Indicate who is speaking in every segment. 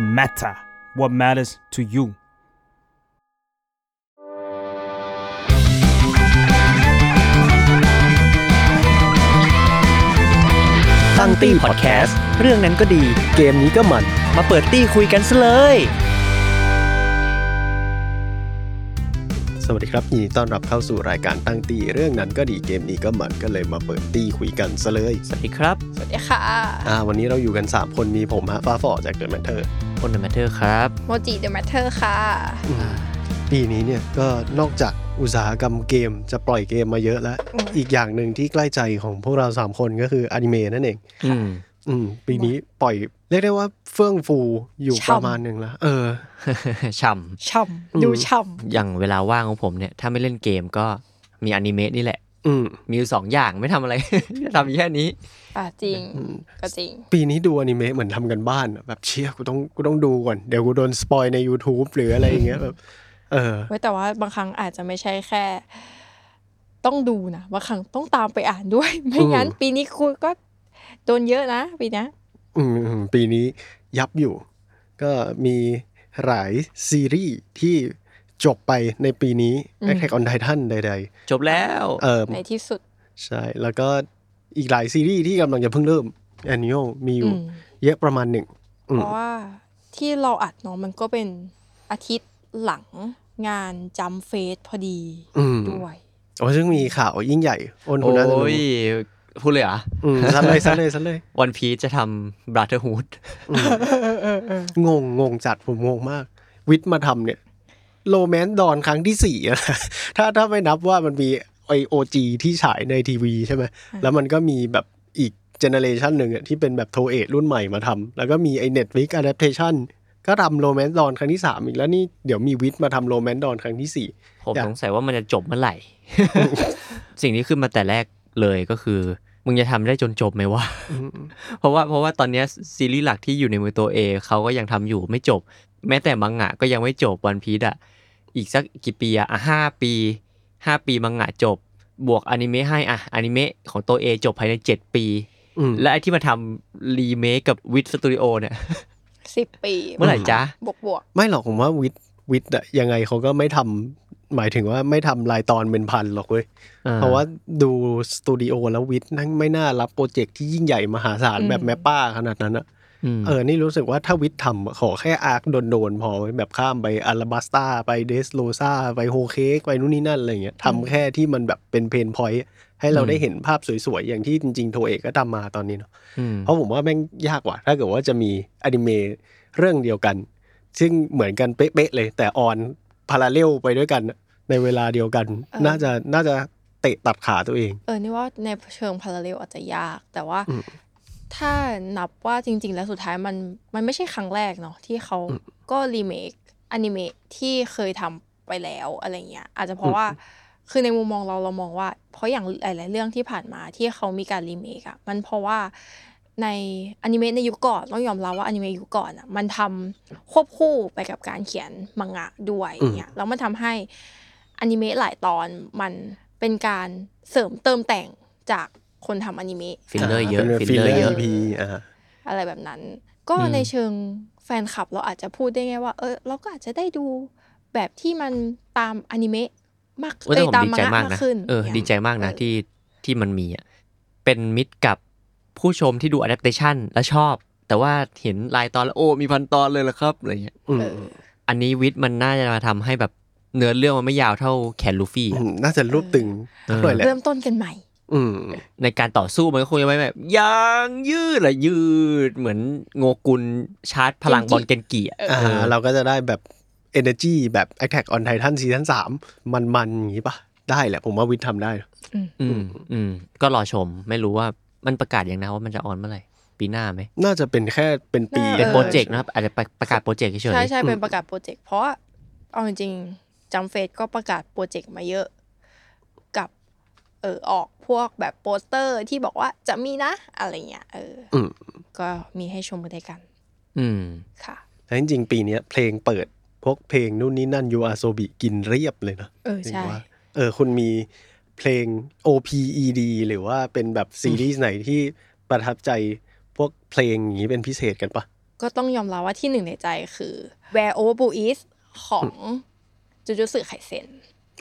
Speaker 1: matter what matters to you
Speaker 2: ตั้งตี้พอดแคสต์เรื่องนั้นก็ดี เกมนี้ก็มัน มาเปิดตี้คุยกันซะเลย
Speaker 3: สวัสดีครับยินดีต้อนรับเข้าสู่รายการตั้งตีเรื่องนั้นก็ดีเกมนี้ก็เหมือนก็เลยมาเปิดตีคุยกันซะเลย
Speaker 2: สวัสดีครับ
Speaker 4: สวัสดีค่ะ
Speaker 3: อ่าวันนี้เราอยู่กัน 3 คนมีผมฮะฟ้าฝ่อจากเดินแมทเทอร์
Speaker 2: คนเดอะแมทเทอร์ครับ
Speaker 4: โมจิเดอะแมทเทอร์ค่ะ
Speaker 3: ปีนี้เนี่ยก็นอกจากอุตสาหกรรมเกมจะปล่อยเกมมาเยอะแล้ว อีกอย่างหนึ่งที่ใกล้ใจของพวกเรา 3 คนก็คืออนิเมะนั่นเอง
Speaker 2: อืม
Speaker 3: อืมปีนี้ปล่อยเรียกได้ว่าเฟื่องฟูอยู่ป
Speaker 4: ช่ำ
Speaker 3: ระมาณหนึ่งแล้วเออ
Speaker 2: ช่
Speaker 4: ช่ำดูช่
Speaker 2: ำอย่างเวลาว่างของผมเนี่ย ถ้าไม่เล่นเกมก็มีอนิเมะนี่แหละ
Speaker 3: อืม
Speaker 2: มีอยู่สองอย่างไม่ทำอะไร ทำแค่นี้
Speaker 4: ำอ่ะจริง ก็จริง
Speaker 3: ปีนี้ดูอนิเมะเหมือนทำกันบ้านอะแบบเชี่ยกูต้องกูต้องดูก่อนเดี๋ยวกูโดนสปอยใน YouTube หรืออะไรอย่างเงี้ยแบบเออ
Speaker 4: ไว้ยแต่ว่าบางครั้งอาจจะไม่ใช่แค่ ต้องดูนะ บางครั้งต้องตามไปอ่านด้วย ไม่งั้น ปีนี้คุณก็โดนเยอะนะ ปีเนี้ย
Speaker 3: อืมอืมปีนี้ยับอยู่ ก็มีหลายซีรีส์ที่จบไปในปีนี้ Attack on Titan ใด
Speaker 2: จบแล้ว
Speaker 3: ๆ เอ่ม
Speaker 4: ในที่สุด
Speaker 3: ใช่ แล้วก็อีกหลายซีรีส์ที่กำลังจะเพิ่งเริ่ม Annual มีอยู่
Speaker 4: อืม
Speaker 3: เยอะประมาณหนึ่ง อื
Speaker 4: เพ
Speaker 3: ม
Speaker 4: ราะว่าที่เราอัดเนาะมันก็เป็นอาทิตย์หลังงานจำเฟสพอดี
Speaker 3: อืม
Speaker 4: ด้วย
Speaker 3: โอ้ซึ่งมีข่าวยิ่งใหญ่ โอน
Speaker 2: โอ
Speaker 3: หุนนั้นรู้
Speaker 2: ้ย พูดเลยเหรอ่ะ
Speaker 3: อืมซัดเลยซัดเลยซัดเลย
Speaker 2: วันพีจะทำบราเธอร์ฮูด
Speaker 3: งงงงจัดผมงงมาก วิทย์มาทำเนี่ยโรแมนต์ดอนครั้งที่ สี่อะนะถ้าถ้าไม่นับว่ามันมีไอโอจีที่ฉายในทีวีใช่ไหมแล้วมันก็มีแบบอีกเจเนเรชันหนึ่งอะที่เป็นแบบโทเอทรุ่นใหม่มาทำแล้วก็มีไอเน็ตวิกอะดัปเทชันก็ทำโรแมนต์ดอนครั้งที่สามอีกแล้วนี่เดี๋ยวมีวิทย์มาทำโรแมนต์ดอนครั้งที่สี่
Speaker 2: ผม
Speaker 3: อยาก
Speaker 2: สงสัยว่ามันจะจบเมื่ อไหร่ สิ่งที่ขึ้นมาแต่แรกเลยก็คือ มึงจะทำได้จนจบไหม วะ
Speaker 3: อืม
Speaker 2: เพราะว่าเพราะว่าตอนเนี้ยซีรีส์หลักที่อยู่ในมือตัวเองเขาก็ยังทำอยู่ไม่จบ แม้แต่มังงะก็ยังไม่จบวันพีดอะอีกสักกี่ปีอะอ่ะห้าปีห้าปีมังงะจบ บวกอนิเมะให้อ่ะอนิเมะของตัวเองจบภายใน 7 ปี
Speaker 3: อืม
Speaker 2: และไอที่มาทำรีเมคกับวิดสตูดิโอเนี่ย
Speaker 4: สิบปี
Speaker 2: เมื่อไหร่จ๊ะ
Speaker 4: บวกบวก
Speaker 3: ไม่หรอกผมว่าวิทย์วิทย์อะยังไงเขาก็ไม่ทำหมายถึงว่าไม่ทำรายตอนเป็นพันหรอกเว้ย เพราะว่าดูสตูดิโอแล้ววิทย์นั่งไม่น่ารับโปรเจกต์ที่ยิ่งใหญ่มหาศาลแบบแม่ป้าขนาดนั้นอะ
Speaker 2: ม
Speaker 3: เออ นี่รู้สึกว่าถ้าวิทย์ทำอะขอแค่อาร์คโดนๆพอแบบข้ามไปอาราบัสตาไปเดสโลซาไปโฮเคกไปนู่นนี่นั่นอะไรเงี้ยทำแค่ที่มันแบบเป็นเพนพอยต์ให้เราได้เห็นภาพสวยๆ อย่างที่จริงๆ โทเอกก็ทำมาตอนนี้เนาะ
Speaker 2: ม
Speaker 3: เพราะผมว่าแม่งยากกว่า ถ้าเกิดว่าจะมีอนิเมะเรื่องเดียวกัน ซึ่งเหมือนกันเป๊ะๆเลย แต่ออนพาราเลลไปด้วยกันในเวลาเดียวกัน น่าจะน่าจะเตะตัดขาตัวเอง
Speaker 4: ๆเออนี่ว่าในเชิงพาราเลลอาจจะยากแต่ว่า
Speaker 3: อืม
Speaker 4: ถ้านับว่าจริง ๆ แล้วสุดท้ายมันมันไม่ใช่ครั้งแรกเนาะที่เขาก็รีเมคอนิเมะที่เคยทำไปแล้วอะไรเงี้ยอาจจะเพราะว่าคือในมุมมองเราเรามองว่า เพราะอย่างหลายๆเรื่องที่ผ่านมาที่เขามีการรีเมคอะมันเพราะว่าในอนิเมะในยุคก่อนต้องยอมรับว่าอนิเมะยุคก่อนอะมันทำควบคู่ไปกับการเขียนมังงะด้วยอย่างเนี่ยแล้วมันทำให้อนิเมะหลายตอนมันเป็นการเสริมเติมแต่งจากคนทำอนิเมะ
Speaker 2: ฟิลเลอร์เยอะ
Speaker 3: ป็น
Speaker 2: ฟิล
Speaker 3: ฟิล
Speaker 2: เลอ
Speaker 3: เลอร์
Speaker 2: ร์เยอะ
Speaker 3: อีพีอ่า
Speaker 4: อะไรแบบนั้น ก็
Speaker 2: อืม
Speaker 4: ในเชิงแฟนคลับเราอาจจะพูดได้ไงว่า เออเราก็อาจจะได้ดูแบบที่มันตามอนิเมะมาก
Speaker 2: โอ้ย
Speaker 4: เอ้ย
Speaker 2: แต่ผม
Speaker 4: ตาม
Speaker 2: ดี
Speaker 4: มัง
Speaker 2: ใจมาม
Speaker 4: งะาก ก
Speaker 2: นะ
Speaker 4: ขึ้น
Speaker 2: เออ
Speaker 4: ย่าง
Speaker 2: ดีใจมากนะ
Speaker 4: เออ
Speaker 2: ที่ที่มันมีอ่ะเป็นมิตรกับผู้ชมที่ดูอะดัปเ t ชันและชอบ แต่ว่าเห็นรายตอนแล้วโอ้ มีพันตอนเลยเหรอครับอะไรเงี้ย
Speaker 3: อืม
Speaker 4: เออ
Speaker 2: อันนี้วิทย์มันน่าจะมาทำให้แบบเนื้อเรื่องมันไม่ยาวเท่าแคนลูฟี่อะ
Speaker 3: มน่าจะรวบตึงสักหน่อยแหละ
Speaker 4: เริ่มต้นกันใหม่
Speaker 3: อืม
Speaker 2: ในการต่อสู้มันก็คงจะไม่แบบยางยืดอะยืด เหมือนโงกุลชาร์จพลังบอลเกนกีอะ
Speaker 3: อ่า
Speaker 2: เออ
Speaker 3: เราก็จะได้แบบ Energy แบบ Attack on Titan ซีซั่น3มันๆ อย่างนี้ปะได้แหละ ผมว่าวิทย์ทำได้
Speaker 2: อืมอืมก็รอชมไม่รู้ว่ามันประกาศยังนะว่ามันจะออนเมื่อไหร่ปีหน้าไหม
Speaker 3: น่าจะเป็นแค่เป็นปี
Speaker 4: น่า
Speaker 2: เป็นโปรเจกต์นะครับอาจจะประกาศโปรเจกต์เฉยๆ
Speaker 4: ใช่ใช่เป็นประกาศโปรเจกต์เพราะเอาจริงๆจำเฟสก็ประกาศโปรเจกต์มาเยอะ กับ เออออกพวกแบบโปสเตอร์ที่บอกว่าจะมีนะ อะไรเงี้ยเอออ
Speaker 3: ม
Speaker 4: ก็มีให้ชมกันได้กัน
Speaker 2: อืม
Speaker 4: ค่ะ
Speaker 3: แต่จริงๆ ปีเนี้ยเพลงเปิดพวกเพลงนู่นนี่นั่นยูอาโซบิกินเรียบเลยนะ
Speaker 4: เออ
Speaker 3: จริง
Speaker 4: ใช่
Speaker 3: ว่าเออคุณมีเพลง OPED หรือว่าเป็นแบบซีรีส์ไหนที่ประทับใจพวกเพลงอย่างนี้เป็นพิเศษกันปะ
Speaker 4: ก็ต้องยอมรับว่าที่หนึ่งในใจคือ Where Over Blue Is ของจูจูสึไคเซน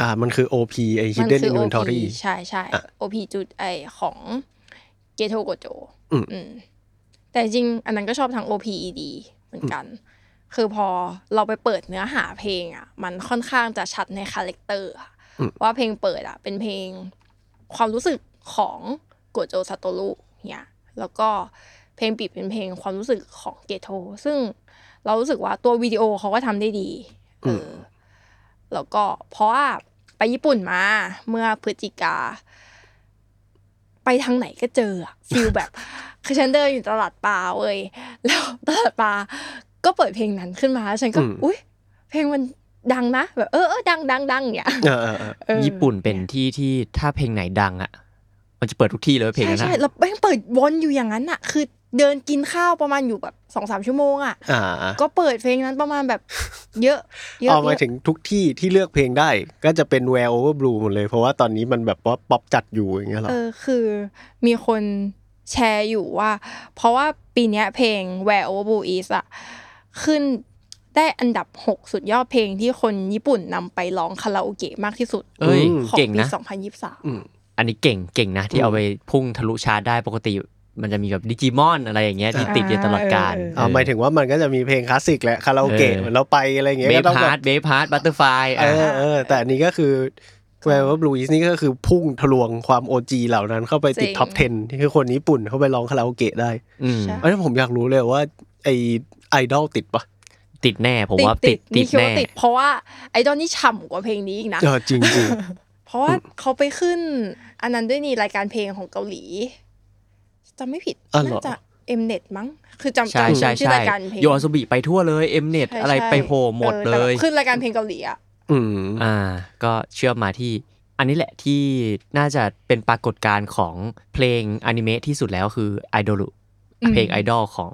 Speaker 3: อ่ามันคือ OP ไอ
Speaker 4: มั
Speaker 3: Hidden
Speaker 4: คือ OP
Speaker 3: Inventory
Speaker 4: ใช่ใช่
Speaker 3: อ่ะ
Speaker 4: OP จุดไอของเกโทโกโจ
Speaker 3: อืม
Speaker 4: อืมแต่จริงอันนั้นก็ชอบทั้ง OP ED เหมือนกัน คือพอเราไปเปิดเนื้อหาเพลงอ่ะ มันค่อนข้างจะชัดในคาแรคเตอร์อะว่าเพลงเปิดอ่ะ เป็นเพลงความรู้สึกของโกโจซาโตรุเนี่ยแล้วก็เพลงปิดเป็นเพลงความรู้สึกของเกโท ซึ่งเรารู้สึกว่าตัววิดีโอเขาก็ทำได้ดีเอออ แล้วก็เพราะว่าไปญี่ปุ่นมาเมื่อพฤศจิกา ไปทางไหนก็เจออะฟิลแบบ คือฉันเดินอยู่ตลาดปลาเว้ยแล้ว ตลาดปลาก็เปิดเพลงนั้นขึ้นมาแล้วฉันก็
Speaker 3: อืม
Speaker 4: อุ๊ย เพลงมันดังนะแบบเออเออดังดังดัง เนี่ย
Speaker 3: เออเออเออ
Speaker 4: เออ
Speaker 2: ญี่ปุ่นเป็นที่ที่ถ้าเพลงไหนดังอ่ะ มันจะเปิดทุกที่เลยเพลง
Speaker 4: ใช่
Speaker 2: นั้น
Speaker 4: ใช่
Speaker 2: อะ
Speaker 4: แล้วแม่งเปิดวนอยู่อย่างนั้นอะคือเดินกินข้าวประมาณอยู่แบบสองสามชั่วโมงอะ
Speaker 3: อ่า
Speaker 4: ก็เปิดเพลงนั้นประมาณแบบ เยอะ เยอะ
Speaker 3: เอามา
Speaker 4: เยอะ
Speaker 3: ถึงทุกที่ที่เลือกเพลงได้ ก็จะเป็น Well Over Blue หมดเลย เพราะว่าตอนนี้มันแบบว่าป๊อปจัดอยู่อย่างเงี้ยหรอ
Speaker 4: เออคือมีคนแชร์อยู่ว่า เพราะว่าปีเนี้ยเพลง Where Over Blue Is อะขึ้นได้อันดับหกสุดยอดเพลงที่คนญี่ปุ่นนำไปร้องคาราโอเกะมากที่สุด
Speaker 2: เอ้ย
Speaker 4: ของ
Speaker 2: เก่ง
Speaker 4: ปี
Speaker 2: นะ
Speaker 4: 2023
Speaker 3: ม
Speaker 2: อันนี้เก่งเก่งนะที่เอาไปพุ่งทะลุชาร์ตได้ปกติ มันจะมีแบบดิจิมอนอะไรอย่างเงี้ยที่
Speaker 3: อ่า
Speaker 2: ติดอยู่ตลอดการ
Speaker 3: อ่าหมายถึงว่ามันก็จะมีเพลงคลาสสิกแหละคาราโอเกะเหมือนเราไปอะไรอย่างเงี้ย
Speaker 2: เบ
Speaker 3: ก็ต้อง
Speaker 2: พา
Speaker 3: แบบ
Speaker 2: ร์ตเบพาร์ตบัตเตอร์ไฟ
Speaker 3: เออเออแต่อันนี้ก็คือแวร์ว่าบลูอีสนี่ก็คือพุ่งทะลวงความ OG เหล่านั้นเข้าไปติด
Speaker 4: จริง
Speaker 3: ท็อป 10 ที่คือคนญี่ปุ่นเข้าไปร้องคาราโอเกะได้
Speaker 4: ใช่
Speaker 3: อันนั้นผมอยากรู้เลยว่าไอไอดอลติดปะ
Speaker 2: ติดแน่ผมว่าติดติ
Speaker 4: นี่
Speaker 2: ด
Speaker 4: คิด
Speaker 2: แน่
Speaker 4: ว่าติดเพราะว่าไอดอลนี่ฉ่ำกว่าเพลงนี้อีกนะ
Speaker 3: เออจริงจริง
Speaker 4: เพราะว่าเขาไปขึ้น อันนั้นด้วยนี่รายการเพลงของเกาหลีจำไม่ผิด
Speaker 3: อ๋อเหรอ
Speaker 4: น่าจะเอ็มเน็ตมั้ง คือจำ
Speaker 2: ใช่
Speaker 4: จำ
Speaker 2: ใช่
Speaker 4: ชื่อ
Speaker 2: ใช่
Speaker 4: รายการเพลง
Speaker 2: โยอสุบิไปทั่วเลยเอ็มเน็ต
Speaker 4: ใช่
Speaker 2: อะไร
Speaker 4: ใช่
Speaker 2: ไปโผล่หมด
Speaker 4: ออ
Speaker 2: เล
Speaker 4: แต่แบบ
Speaker 2: ย
Speaker 4: ขึ้นรายการเพลงเกาหลีอ่ะ
Speaker 3: ๆอืม
Speaker 2: อ่าก็เชื่อมมาที่ อันนี้แหละที่น่าจะเป็นปรากฏการณ์ของเพลงอนิเมะที่สุดแล้วคือไอดอล
Speaker 4: อืม
Speaker 2: เพลงไอดอลของ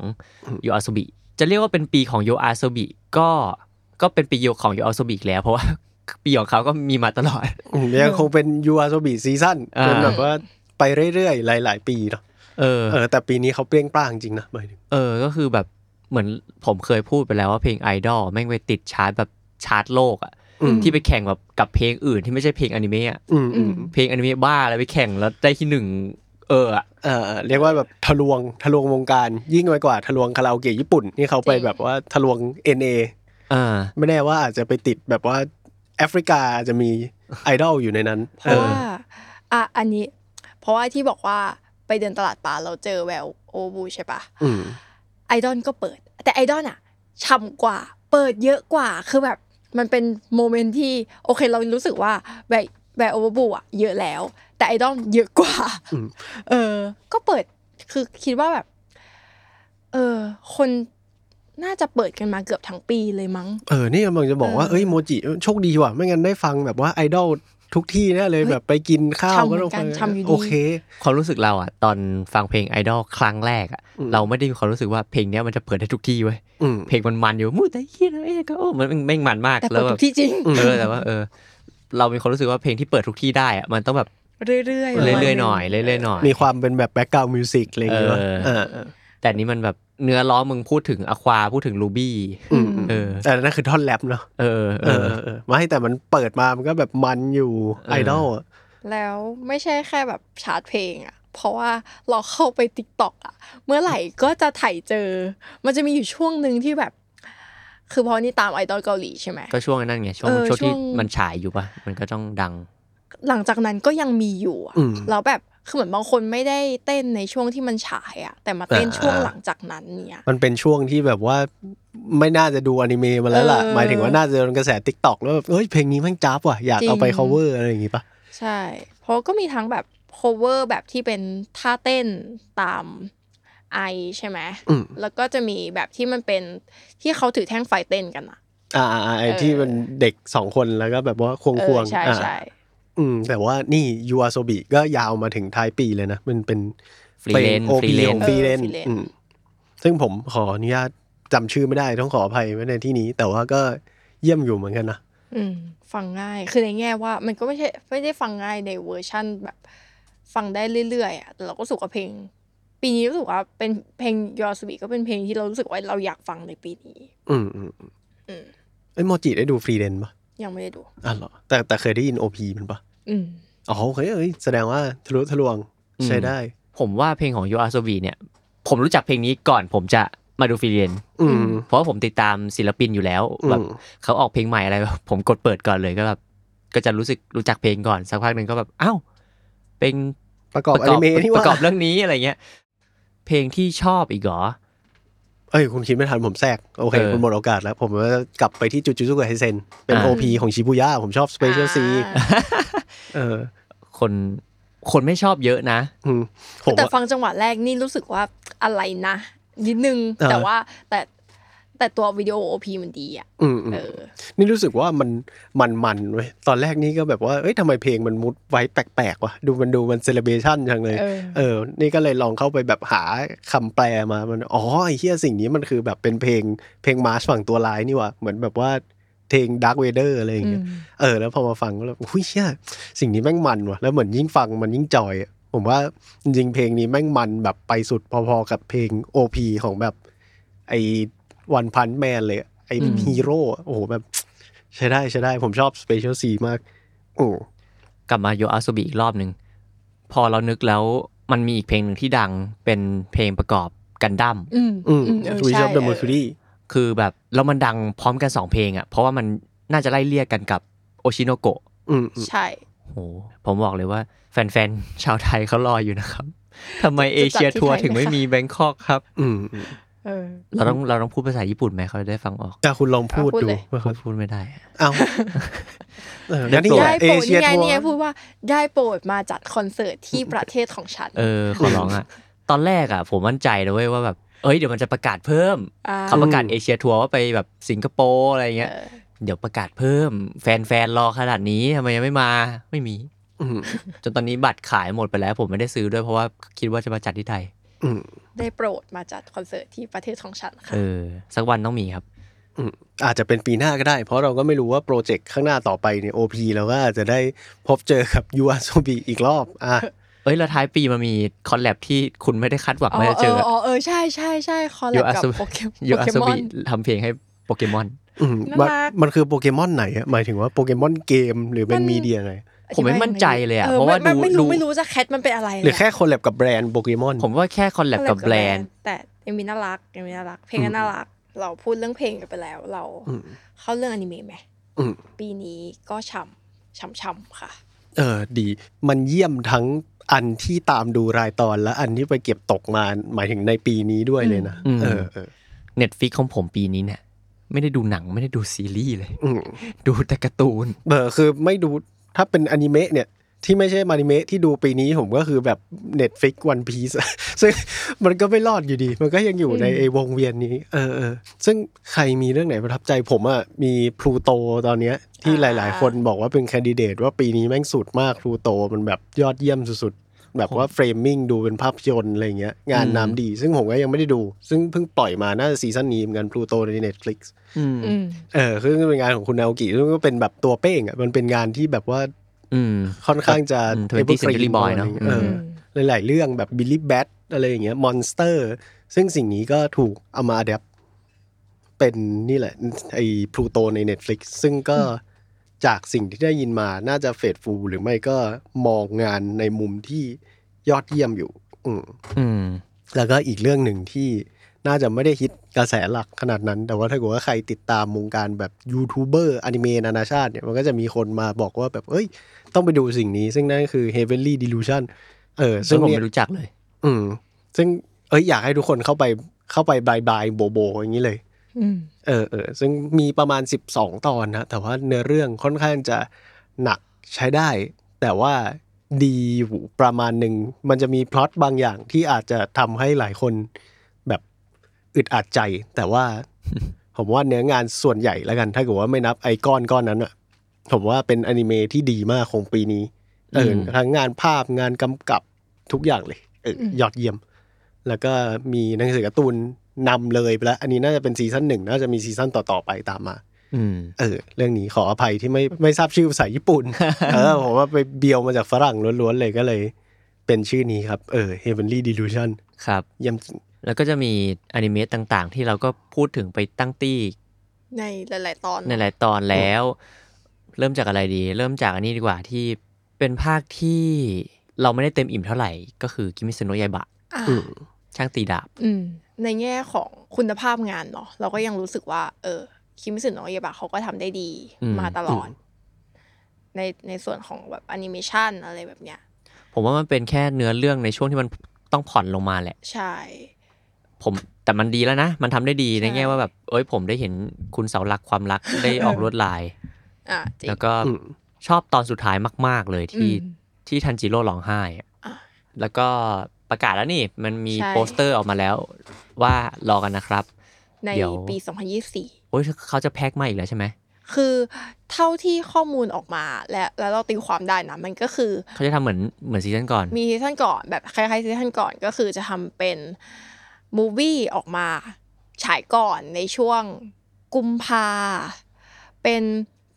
Speaker 2: โยอา u บิจะเรียกว่าเป็นปีของโยอา u บิก็ก็เป็นปีของโยอา u บิอีกแล้ว เพราะ ว่า ปีของเขาก็มีมาตลอด
Speaker 3: ยังคงเป็นยูอาโซบีซีซั่น
Speaker 2: อ่า
Speaker 3: เป็นแบบว่าไปเรื่อยๆ หลาย ๆ ปีเนาะ
Speaker 2: เออ
Speaker 3: เออแต่ปีนี้เขาเปรี้ยงปร้างจริงนะหมายถึง
Speaker 2: เออ ก็คือแบบเหมือนผมเคยพูดไปแล้วว่าเพลงไอดอลแม่งไปติดชาร์ตแบบชาร์ตโลกอะ
Speaker 4: อืม
Speaker 2: ที่ไปแข่งแบบกับเพลงอื่นที่ไม่ใช่เพลงอนิเมะอะ
Speaker 3: อืม
Speaker 4: อืม
Speaker 2: เพลงอนิเมะบ้าอะไรไปแข่งแล้วได้ที่หนึ่งเอออะ
Speaker 3: เออเรียกว่าแบบทะลวงทะลวงวงการยิ่งไปกว่าทะลวงคาราโอเกะญี่ปุ่นนี่เขาไป
Speaker 4: จริง
Speaker 3: แบบว่าทะลวง NA
Speaker 2: อ่า
Speaker 3: ไม่แน่ว่าอาจจะไปติดแบบว่าแอฟริกาอาจจะมีไอดอลอยู่ในนั้น
Speaker 4: เพ
Speaker 3: เอ
Speaker 4: ราะ
Speaker 3: อ
Speaker 4: ว่าอ่ะอันนี้ เพราะว่าที่บอกว่าไปเดินตลาดปลาเราเจอแววโอบูใช่ปะ
Speaker 3: อืม
Speaker 4: ไอดอลก็เปิด แต่ไอดอลอะช่ำกว่า เปิดเยอะกว่าคือแบบมันเป็นโมเมนต์ที่โอเคเรารู้สึกว่าแบบแบบโอเวอร์บูอะเยอะแล้ว แต่ไอดอลเยอะกว่า
Speaker 3: อืม
Speaker 4: เออ ก็เปิดคือคิดว่าแบบ เออ คนน่าจะเปิดกันมาเกือบทั้งปีเลยมั้ง
Speaker 3: เออ นี่กำลังจะบอกว่า
Speaker 4: เออ
Speaker 3: เอ้ย โมจิโชคดีว่ะ ไม่งั้นได้ฟังแบบว่าไอดอลทุกที่แน่เลยแบบไปกินข้าว
Speaker 4: ทำเหมื
Speaker 3: ก็
Speaker 4: อน
Speaker 3: ต้อง
Speaker 4: กัน
Speaker 3: ฟัง
Speaker 4: ทำอยู่ดี
Speaker 3: โอเค
Speaker 2: ความรู้สึกเราอ่ะ ตอนฟังเพลงไอดอลครั้งแรกอ่ะ
Speaker 3: อืม
Speaker 2: เราไม่ได้มีความรู้สึกว่าเพลงเนี้ยมันจะเปิดได้ทุกที่เว้ย
Speaker 3: อืม
Speaker 2: เพลงมันมันอยู่มูแต่เฮียนะเอ้ยก็โอ้มันมันแม่งมันมาก
Speaker 4: แต่
Speaker 2: แล้
Speaker 4: เปิด
Speaker 2: วแบ
Speaker 4: ทุ
Speaker 2: บ
Speaker 4: กที่จริง
Speaker 2: เออแต่ว่าเออ เรามีความรู้สึกว่าเพลงที่เปิดทุกที่ได้อ่ะมันต้องแบบ
Speaker 4: เรื่อย
Speaker 2: เรื่อย
Speaker 4: ๆ
Speaker 2: ๆหน่อยเรื่อยๆหน่อย
Speaker 3: มีความเป็นแบบแบ็กกราวด์มิวสิกอะไรอย่างเงี้ย
Speaker 2: เออ
Speaker 3: เออเออ
Speaker 2: แต่นี้มันแบบเนื้อร้องมึงพูดถึงอควาพูดถึงรูบี้
Speaker 3: อืม
Speaker 2: เออ
Speaker 3: แต่นั่นคือท่อนแรปเนาะ
Speaker 2: เออ
Speaker 3: เอ
Speaker 2: เอ
Speaker 3: อ
Speaker 2: อ
Speaker 3: เออเออไม่แต่มันเปิดมามันก็แบบมันอยู่
Speaker 2: เออ
Speaker 3: ไอดอลอะ
Speaker 4: แล้วไม่ใช่แค่แบบชาร์ตเพลงอะเพราะว่าเราเข้าไปติ๊กต็อกอะเมื่อไหร่ก็จะไถ่ายเจอ มันจะมีอยู่ช่วงหนึ่งที่แบบ คือพอนี่ตามไอดอลเกาหลีใช่ไหม
Speaker 2: ก็ช่วงนั้นไงช่วง
Speaker 4: เออ
Speaker 2: ช่วงที่
Speaker 4: ช่วง
Speaker 2: มันฉายอยู่ป่ะมันก็ต้องดัง
Speaker 4: หลังจากนั้นก็ยังมีอยู่อะ
Speaker 3: อืม
Speaker 4: แล้วแบบคือเหมือนบางคนไม่ได้เต้นในช่วงที่มันฉายอะแต่มาเต้น
Speaker 3: อ่า
Speaker 4: ช่วงหลังจากนั้นเนี่ย
Speaker 3: มันเป็นช่วงที่แบบว่าไม่น่าจะดูอนิเมะมาแล้วล่ะ
Speaker 4: เออ
Speaker 3: หมายถึงว่าน่าจะโดนกระแสติ๊กต็อกแล้วแบบเอ้ยเพลงนี้แม่งจ้าบว่ะอยากเอาไป
Speaker 4: จริง
Speaker 3: cover อะไรอย่างงี้ปะ
Speaker 4: ใช่ เพราะก็มีทั้งแบบ cover แบบที่เป็นท่าเต้นตามไอใช่ไหม
Speaker 3: อืม
Speaker 4: แล้วก็จะมีแบบที่มันเป็นที่เขาถือแท่งไฟเต้นกันอะ
Speaker 3: อ่าอ่าอ่าไอ
Speaker 4: เออ
Speaker 3: ที่มันเด็กสองคนแล้วก็แบบว่าควง
Speaker 4: เอ
Speaker 3: คว
Speaker 4: อง ใช่
Speaker 3: อ่า
Speaker 4: ใช่
Speaker 3: อืม แต่ว่านี่ยูอาโซบิก็ยาวมาถึงท้ายปีเลยนะ มันเป็น
Speaker 2: Free Lane Free
Speaker 3: โอพีข
Speaker 2: Lane
Speaker 3: องฟรีเลน
Speaker 4: เออ Free Lane
Speaker 3: อืมซึ่งผมขออนุญาตจำชื่อไม่ได้ต้องขออภัยไว้ในที่นี้ แต่ว่าก็เยี่ยมอยู่เหมือนกันนะ
Speaker 4: อืมฟังง่าย คือในแง่ว่ามันก็ไม่ใช่ไม่ได้ฟังง่ายในเวอร์ชั่นแบบ ฟังได้เรื่อยๆอ่ะแต่เราก็รู้สุกว่าเพลง ปีนี้รู้สึกว่าเป็นเพลงยอสุบิก็เป็นเพลงที่เรารู้สึกว่าเราอยากฟังในปีนี้
Speaker 3: อืมอืมอืม
Speaker 4: อืม
Speaker 3: เอ้ยโมจิได้ดูฟรีเดนปะ
Speaker 4: ยังไม่ได้ดู
Speaker 3: อ่ะเหรอแต่แต่เคยได้ยินโอพีมันปะ
Speaker 4: อืม
Speaker 3: อ๋อโอเคเอ้ยแสดงว่าทะลุทะลวง
Speaker 2: อืม
Speaker 3: ใช้ได้
Speaker 2: ผมว่าเพลงของยูอาโซบีเนี่ย ผมรู้จักเพลงนี้ก่อนผมจะมาดูฟิเลียน
Speaker 3: อืม
Speaker 2: เพราะว่าผมติดตามศิลปินอยู่แล้ว
Speaker 3: อื
Speaker 2: แบบ
Speaker 3: ม
Speaker 2: เขาออกเพลงใหม่อะไร ผมกดเปิดก่อนเลยก็แบบก็จะรู้สึกรู้จักเพลงก่อนสักพักหนึ่งก็แบบอ้าวเป็น
Speaker 3: ประกอบอนิเมะนี่
Speaker 2: ป
Speaker 3: ว่า
Speaker 2: ระกอบเรื่องนี้อะไรเงี้ย เพลงที่ชอบอีกเหรอ
Speaker 3: เอ้ยคุณคิดไม่ทันผมแทรกโอเค
Speaker 2: เออ
Speaker 3: คุณหมดโอกาสแล้ว ผมก็กลับไปที่จุดจุจุกุไฮเซนเป็น
Speaker 2: อ่า
Speaker 3: โอพีของชิบูย่าผมชอบสเปเชียลซี
Speaker 4: อ่า
Speaker 3: เออ
Speaker 2: คนคนไม่ชอบเยอะนะ
Speaker 3: อืมผม
Speaker 4: แต่
Speaker 3: ว่า
Speaker 4: ฟังจังหวะแรกนี่รู้สึกว่าอะไรนะ นิดนึง
Speaker 3: เออ
Speaker 4: แต่ว่าแต่แต่ตัววิดีโอโอพีมันดีอ่ะ
Speaker 3: อืมอืม
Speaker 4: เออ
Speaker 3: นี่รู้สึกว่ามันมันมันเว้ยตอนแรกนี่ก็แบบว่าเอ้ยทำไมเพลงมันมุดไว้แปลกๆวะดูมันดูมันเซเลบ a ชันจังเลย
Speaker 4: เออ
Speaker 3: เออ นี่ก็เลยลองเข้าไปแบบหาคำแปลมามันอ๋อไอ้เฮียสิ่งนี้มันคือแบบเป็นเพลงเพลงมาร์ชฝั่งตัวร้ายนี่หว่าเหมือนแบบว่าเพลงดาร์ v เวเดอร์อะไรอย่างเงี้ย
Speaker 4: อืม
Speaker 3: เออแล้วพอมาฟังก็แล้วหุ้ยเชี่ยสิ่งนี้แม่งมันว่ะแล้วเหมือนยิ่งฟังมันยิ่งจอยอะผมว่าจริงๆเพลงนี้แม่งมันแบบไปสุดพอๆกับเพลง OP ของแบบไอ้วันพันแมนเลยอะไอ้
Speaker 2: อืม
Speaker 3: ฮีโร่อะโอ้โหแบบ ใช้ได้ใช้ได้ผมชอบ Special C มาก โอ้
Speaker 2: กลับมาโยอาโซบีอีกรอบหนึ่งพอเรานึกแล้วมันมีอีกเพลงหนึ่งที่ดังเป็นเพลงประกอบกันดั้ม
Speaker 4: อืม
Speaker 3: อืม
Speaker 4: เออ
Speaker 3: วิช
Speaker 4: ใช่
Speaker 3: อปเดอะเมอร์คิวรี
Speaker 2: คือแบบแล้วมันดังพร้อมกันสองเพลงอ่ะ เพราะว่ามันน่าจะไล่เรียกกันกับโอชิโนโกะ
Speaker 3: อืม
Speaker 4: เออใช่
Speaker 2: โหผมบอกเลยว่าแฟนๆ ชาวไทยเขารออยู่นะครับ ทำไมเอเชียทัวร์ถึงไม่มีแบงคอกครับ
Speaker 3: อืม
Speaker 4: เออ
Speaker 2: เราต้องเราต้องพูดภาษาญี่ปุ่นไหมเขาจะได้ฟังออก
Speaker 3: จะคุณลองพูด
Speaker 4: อ่ะพูด
Speaker 3: ดู
Speaker 4: เลย
Speaker 3: ว่า
Speaker 2: พู
Speaker 3: เขา
Speaker 2: ดพูดไม่ได้อะ
Speaker 3: เอาเออ
Speaker 2: ได้
Speaker 3: งั้นนี่
Speaker 2: โปร
Speaker 3: ไง
Speaker 4: ได้
Speaker 2: ด
Speaker 3: เอ
Speaker 4: โปรด
Speaker 3: เชีย
Speaker 4: นี่ไง
Speaker 3: ทัว
Speaker 4: นี่ไง
Speaker 3: ร์
Speaker 4: พูดว่าได้โปรดมาจัดคอนเสิร์ตที่ประเทศของฉัน
Speaker 2: เออขอร้องอ่ะ ตอนแรกอ่ะ ผมมั่นใจนะเว้ยว่าแบบเอ้ยเดี๋ยวมันจะประกาศเพิ่มเขาประกาศเอเชียทัวร์ว่าไปแบบสิงคโปร์อะไรเงี้ย
Speaker 4: เออ
Speaker 2: เดี๋ยวประกาศเพิ่ม แฟนๆรอขนาดนี้ทำไมยังไม่มาไม่มี
Speaker 3: อืม
Speaker 2: จนตอนนี้บัตรขายหมดไปแล้ว ผมไม่ได้ซื้อด้วยเพราะว่าคิดว่าจะมาจัดที่ไทย
Speaker 3: อืม
Speaker 4: ได้โปรดมาจัดคอนเสิร์ตที่ประเทศของฉันค่ะ
Speaker 2: เออ สักวันต้องมีครับ
Speaker 3: อืมอาจจะเป็นปีหน้าก็ได้ เพราะเราก็ไม่รู้ว่าโปรเจกต์ข้างหน้าต่อไปเนี่ย OP เราก็อาจจะได้พบเจอกับยูอาโซบีอีกรอบอ่ะ
Speaker 2: เอ้ย แล้วท้ายปีมันมีคอลแลบที่คุณไม่ได้คาดหวังว่าจะเจอ
Speaker 4: อ๋อเออใช่ใช่ใช่คอลแลบกับโปเก ม
Speaker 2: ยู
Speaker 4: โป
Speaker 2: อา
Speaker 4: เก
Speaker 2: ซ
Speaker 4: มอ
Speaker 2: บิ
Speaker 4: น
Speaker 2: ทำเพลงให้โปเก มอน
Speaker 3: อืม
Speaker 4: น่ารัก
Speaker 3: มันมันคือโปเกมอนไหนอะหมายถึงว่าโปเกมอนเกมหรือเป็นมีเดียไง
Speaker 2: ผมไม่มั่นใจเลยอะเพราะว่า
Speaker 4: ไม่ไม่ไม่
Speaker 2: ดู
Speaker 4: รู้ไม่รู้จะแคทมันเป็นอะไร
Speaker 3: หรือแค่คนแลบกับแบรนด์โปเกมอน
Speaker 2: ผมว่าแค่คอลแลบกับแบรนด์
Speaker 4: แต่ยังมีน่ารักยังมีน่ารัก เพลงก็น่ารัก เราพูดเรื่องเพลงกันไปแล้ว เรา
Speaker 3: อืม
Speaker 4: เข้าเรื่องอนิเมะไหม
Speaker 3: อืม
Speaker 4: ปีนี้ก็ช่ำช่ำช่ำๆค่ะ
Speaker 3: เออดี มันเยี่ยมทั้งอันที่ตามดูรายตอนและอันที่ไปเก็บตกมาหมายถึงในปีนี้ด้วยเลยนะ
Speaker 2: อืม
Speaker 3: เออเออ
Speaker 2: เน็ตฟิกของผมปีนี้เนี่ย ไม่ได้ดูหนังไม่ได้ดูซีรีส์เลย
Speaker 3: อืม
Speaker 2: ดูแต่การ์ตูน
Speaker 3: เออคือไม่ดูถ้าเป็นอนิเมะเนี่ย ที่ไม่ใช่อนิเมะที่ดูปีนี้ผมก็คือแบบ Netflix One Piece ซึ่งมันก็ไม่รอดอยู่ดี มันก็ยังอยู่
Speaker 4: อืม
Speaker 3: ในไอ้วงเวียนนี้ เออเออซึ่งใครมีเรื่องไหนประทับใจผมอะ่ะมีพลูโตตอนเนี้ย ที่หลาย ๆ คนบอกว่าเป็นแคนดิเดตว่าปีนี้แม่งสุดมากพลูโตมันแบบยอดเยี่ยมสุดๆ แบบว่าเฟรมมิ่งดูเป็นภาพยนตร์อะไรเงี้ยงาน
Speaker 2: อืม
Speaker 3: น้ำดี ซึ่งผมก็ยังไม่ได้ดู ซึ่งเพิ่งปล่อยมาน่าจะซีซั่นนี้เหมือนกันพลูโตใน Netflix
Speaker 2: อืม
Speaker 4: อืม
Speaker 3: เออคือเป็นงานของคุณนาโอกิซึ่งก็เป็นแบบตัวเป้งอ่ะ มันเป็นงานที่แบบว่า
Speaker 2: อืม
Speaker 3: ค่อนข้างจะ
Speaker 2: อืม20
Speaker 3: evergreen
Speaker 2: Century Boy
Speaker 3: ไรางงี้
Speaker 2: เน
Speaker 3: เอ
Speaker 2: อะ
Speaker 3: ออหลายๆเรื่องแบบบิลลี่แบทอะไรอย่างเงี้ยมอนสเตอร์ ซึ่งสิ่งนี้ก็ถูกเอามา adapt เป็นนี่แหละ ไอ้พลูโตใน Netflix ซึ่งก็จากสิ่งที่ได้ยินมาน่าจะเฟดฟูหรือไม่ก็มองงานในมุมที่ยอดเยี่ยมอยู่ อืม
Speaker 2: อืม
Speaker 3: แล้วก็อีกเรื่องหนึ่งที่น่าจะไม่ได้ฮิตกระแสหลักขนาดนั้น แต่ว่าถ้าเกิดว่าใครติดตามวงการแบบยูทูบเบอร์อนิเมะนานาชาติเนี่ย มันก็จะมีคนมาบอกว่าแบบเอ้ย ต้องไปดูสิ่งนี้ ซึ่งนั่นก็คือ Heavenly Delusion เออ
Speaker 2: ซึ่
Speaker 3: ซึ่
Speaker 2: ง
Speaker 3: ง
Speaker 2: ผม
Speaker 3: เนี่ย
Speaker 2: ไม่รู้จักเลย
Speaker 3: อืม ซึ่งเอ้ยอยากให้ทุกคนเข้าไปเข้าไปบายบายโบโบอย่างนี้เลย
Speaker 4: อืม
Speaker 3: เออเออซึ่งมีประมาณ 12 ตอนนะ แต่ว่าเนื้อเรื่องค่อนข้างจะหนักใช้ได้ แต่ว่าดีอยู่ประมาณหนึ่ง มันจะมีพล็อตบางอย่างที่อาจจะทำให้หลายคนแบบอึดอัดใจ แต่ว่า ผมว่าเนื้องานส่วนใหญ่แล้วกัน ถ้าเกิดว่าไม่นับไอก้อนก้อนนั้นอะผมว่าเป็นอนิเมะที่ดีมากของปีนี้เออ
Speaker 2: อืม
Speaker 3: ทั้งงานภาพงานกำกับทุกอย่างเลยเอออ
Speaker 4: ม
Speaker 3: ยอดเยี่ยม แล้วก็มีหนังสือการ์ตูนนำเลยไปแล้ว อันนี้น่าจะเป็นซีซั่นหนึ่งน่าจะมีซีซั่นต่อ ๆ ไปตามมา
Speaker 2: อืม
Speaker 3: เออ เรื่องนี้ขออภัยที่ไม่ไม่ทราบชื่อภาษาญี่ปุ่น เออผมว่าไปเบียวมาจากฝรั่งล้วน ๆ เลยก็เลย เป็นชื่อนี้ครับ เออ Heavenly Delusion
Speaker 2: ครับ
Speaker 3: เยี่ยมจริง
Speaker 2: แล้วก็จะมีอนิเมะต่างๆ ที่เราก็พูดถึงไปตั้งตี้
Speaker 4: ในหลาย ๆ ตอน
Speaker 2: ในหลายตอนแล้ว เริ่มจากอะไรดี เริ่มจากอันนี้ดีกว่าที่เป็นภาคที่เราไม่ได้เต็มอิ่มเท่าไหร่ ก็คือกิมิสโนะยายบะ
Speaker 4: อ่ะ
Speaker 3: อืม
Speaker 2: ช่างตีดาบ
Speaker 4: อืมในแง่ของคุณภาพงานเนาะเราก็ยังรู้สึกว่า เออ คิมิสึโนะยาบะเขาก็ทำได้ดี
Speaker 2: อืม
Speaker 4: มาตลอด ในในส่วนของแบบแอนิเมชันอะไรแบบเนี้ย
Speaker 2: ผมว่ามันเป็นแค่เนื้อเรื่องในช่วงที่มันต้องผ่อนลงมาแหละ
Speaker 4: ใช่
Speaker 2: ผมแต่มันดีแล้วนะ มันทำได้ดีใน
Speaker 4: ใช่
Speaker 2: แง่ว่าแบบเอ้ยผมได้เห็นคุณเสาหลักความรัก ได้ออกลวดลาย
Speaker 4: อ่ะจริง
Speaker 2: แล้วก็
Speaker 3: อืม
Speaker 2: ชอบตอนสุดท้ายมาก ๆ เลยที่
Speaker 4: อืม
Speaker 2: ที่ทันจิโร่ร้องไห้อะ
Speaker 4: อ่ะ
Speaker 2: แล้วก็ประกาศแล้วนี่มันมี
Speaker 4: ใช่
Speaker 2: โปสเตอร์ออกมาแล้วว่ารอกันนะครับ
Speaker 4: ใน
Speaker 2: เดี๋ยว
Speaker 4: ปี 2024
Speaker 2: โอ้ยเขาจะแพ็กมาอีกแล้วใช่ไหม
Speaker 4: คือเท่าที่ข้อมูลออกมาและแล้วเราตีความได้นะ มันก็คือ
Speaker 2: เขาจะทำเหมือนเหมือนซีซั่นก่อน
Speaker 4: มีซีซั่นก่อนแบบคล้ายๆซีซั่นก่อนก็คือจะทำเป็นมูวี่ออกมาฉายก่อนในช่วงกุมภาเป็น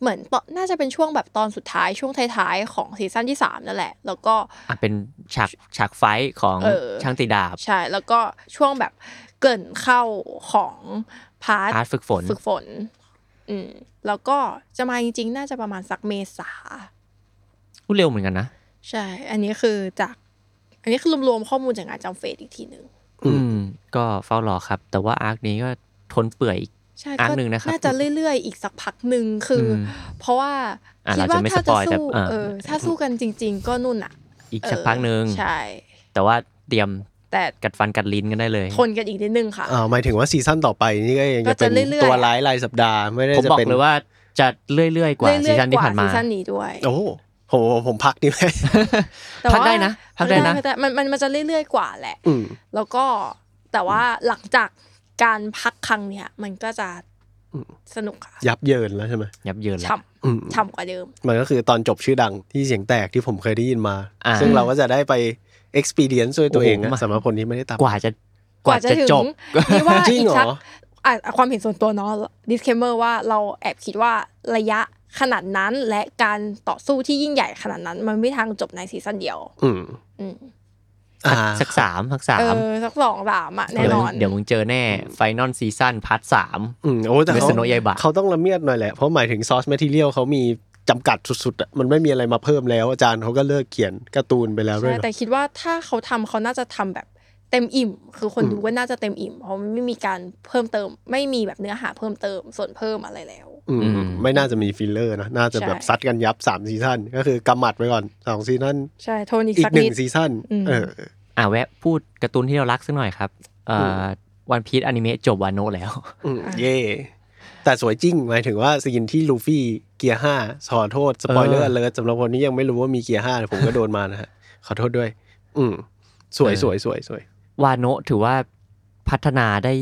Speaker 4: เหมือนตอนน่าจะเป็นช่วงแบบตอนสุดท้ายช่วงท้ายๆของซีซั่นที่ 3 นั่นแหละ แล้วก็
Speaker 2: อ่ะ เป็นฉากฉากไฟท์ของ
Speaker 4: เออ
Speaker 2: ช่างตีดาบ
Speaker 4: ใช่แล้วก็ช่วงแบบเกรินเข้าของพาร์ท
Speaker 2: พาร์ทฝึกฝน
Speaker 4: ฝึกฝน อืมแล้วก็จะมาจริงๆ น่าจะประมาณสักเมษา
Speaker 2: พูดเร็วเหมือนกันนะ
Speaker 4: ใช่ อันนี้คือจาก อันนี้คือรวมๆข้อมูลจากงานจำเฟสอีกทีหนึ่ง
Speaker 3: อื
Speaker 2: อื
Speaker 3: ม
Speaker 2: ม ก็เฝ้ารอครับ แต่ว่าอาร์คนี้ก็ทนเปื่อยอีก
Speaker 4: ใช่
Speaker 2: อัน
Speaker 4: ก็
Speaker 2: หนึ่งนะครับ
Speaker 4: น่าจะเรื่อยๆ อีกสักพักหนึ่งคือ
Speaker 2: ม
Speaker 4: เพราะว่า
Speaker 2: อ่ะ
Speaker 4: คิดว่า
Speaker 2: เราจะไม่
Speaker 4: ถ้า
Speaker 2: สป
Speaker 4: จะ
Speaker 2: อยแต่
Speaker 4: สู้
Speaker 2: อ่า
Speaker 4: เออ ถ้าสู้กันจริง ๆ ก็นู่นอ่ะ
Speaker 2: อีกสักพักหนึ่ง
Speaker 4: เออใช่
Speaker 2: แต่ว่าเตรียม
Speaker 4: แต่
Speaker 2: กัดฟันกัดลิ้นกันได้เลย
Speaker 4: ทนกันอีกนิดนึงค่ะ
Speaker 3: อ่าหมายถึงว่าซีซั่นต่อไปนี่ก็ยัง
Speaker 4: ก็
Speaker 3: จะ
Speaker 4: จะ
Speaker 3: เป็น
Speaker 4: เรื่อยๆ
Speaker 3: ตัวร้ายรายสัปดาห์ไม่ได้
Speaker 2: ผม
Speaker 3: จะ
Speaker 2: บอก
Speaker 3: เป็น
Speaker 2: เลยว่าจะเรื่อยๆ กว่าซี
Speaker 4: เรื่อย
Speaker 2: ซั่น
Speaker 4: ๆก
Speaker 2: ที่
Speaker 4: ว่า
Speaker 2: ผ่านมา
Speaker 4: ซีซั่นนี้ด้วย
Speaker 3: โอ้ผมผมพักนี่ไหม
Speaker 4: แต่
Speaker 2: พัก
Speaker 4: ว่า
Speaker 2: ได้นะพักได้นะ
Speaker 4: แต่มันมันมันจะเรื่อยๆ กว่าแหละ
Speaker 3: อืม
Speaker 4: แล้วก็แต่ว่าหลังจากการพักครั้งเนี้ยมันก็จะ
Speaker 3: อืม
Speaker 4: สนุกค่ะ
Speaker 3: ยับเยินแล้วใช่ไหม
Speaker 2: ยับเยินแล้ว
Speaker 4: ฉ่
Speaker 3: อืม
Speaker 4: ำฉ่ำกว่าเดิม
Speaker 3: มันก็คือตอนจบชื่อดังที่เสียงแตกที่ผมเคยได้ยินมา
Speaker 2: อ่า
Speaker 3: ซึ่งเราก็จะได้ไป experience ด้วยตัวเองนะ
Speaker 2: โอ้โห
Speaker 3: สำหรับคนที่ไม่ได้ตาม
Speaker 2: กว่าจะ
Speaker 4: กว่าจะถึง
Speaker 2: จบ
Speaker 4: นี่ว่า
Speaker 3: จริ
Speaker 4: อี
Speaker 3: ง
Speaker 4: ก
Speaker 3: เหรอ
Speaker 4: สักอ่ะความเห็นส่วนตัวเนาะ disclaimer ว่าเราแอบคิดว่าระยะขนาดนั้นและการต่อสู้ที่ยิ่งใหญ่ขนาดนั้น มันไม่ทางจบในซีซั่นเดียว
Speaker 3: อืม
Speaker 4: อืม
Speaker 3: อ่า
Speaker 2: สักสามสักสา
Speaker 4: เอ
Speaker 2: ม
Speaker 4: อสักสองสามอะแน่
Speaker 2: เดี๋ยวนมึ
Speaker 4: อง น
Speaker 2: เดี๋ยวมึงเจอแน่ไฟนอลซีซั่นพาร์ทสาม
Speaker 3: อืมโอ้แต่เขา
Speaker 2: Western Oyaiba
Speaker 3: เขาต้องละเมียดหน่อยแหละ เพราะหมายถึงซอสแมทีเรียลเขามีจำกัดสุดๆอะมันไม่มีอะไรมาเพิ่มแล้ว อาจารย์เขาก็เลิกเขียนการ์ตูนไปแล้วด้วย
Speaker 4: ใช่
Speaker 3: เนอะ
Speaker 4: แต่คิดว่าถ้าเขาทำเขาน่าจะทำแบบเต็มอิ่ม คือคน
Speaker 3: อืม
Speaker 4: ดูก็น่าจะเต็มอิ่ม เพราะมันไม่มีการเพิ่มเติม ไม่มีแบบเนื้อหาเพิ่มเติม ส่วนเพิ่มอะไรแล้ว
Speaker 3: อืม
Speaker 2: อืม
Speaker 3: ไม่น่าจะมีฟิลเลอร์นะ น่าจะแบบ
Speaker 4: ใช่
Speaker 3: ซัดกันยับสามซีซั่นก็คือกำหมัดไว้ก่อนสองซีซั่น
Speaker 4: ใช่โทนอีก
Speaker 3: อี
Speaker 4: สั
Speaker 3: ก
Speaker 4: ก
Speaker 3: หนึ่
Speaker 4: นิ
Speaker 3: ง
Speaker 4: ด
Speaker 3: ซีซั่น
Speaker 4: อืม
Speaker 3: เออ
Speaker 2: อ่ะแวะพูดการ์ตูนที่เรารักสักหน่อยครับเอ่
Speaker 3: อื
Speaker 2: อวันพี e อนิเมะจบวานโนะแล้ว
Speaker 3: อืมเย่แต่สวยจริง หมายถึงว่าซีนที่ลูฟี่เกียร์ห้าขอโทษ สปอยเลอร์
Speaker 2: เออ
Speaker 3: เลิศสำหรับคนนี้ยังไม่รู้ว่ามีเกียร์ห้าผมก็โดนมานะฮะ ขอโทษด้วย อืมสวย
Speaker 2: เออ
Speaker 3: สวยสวยสวย
Speaker 2: วานโนะถือว่าพัฒนาได้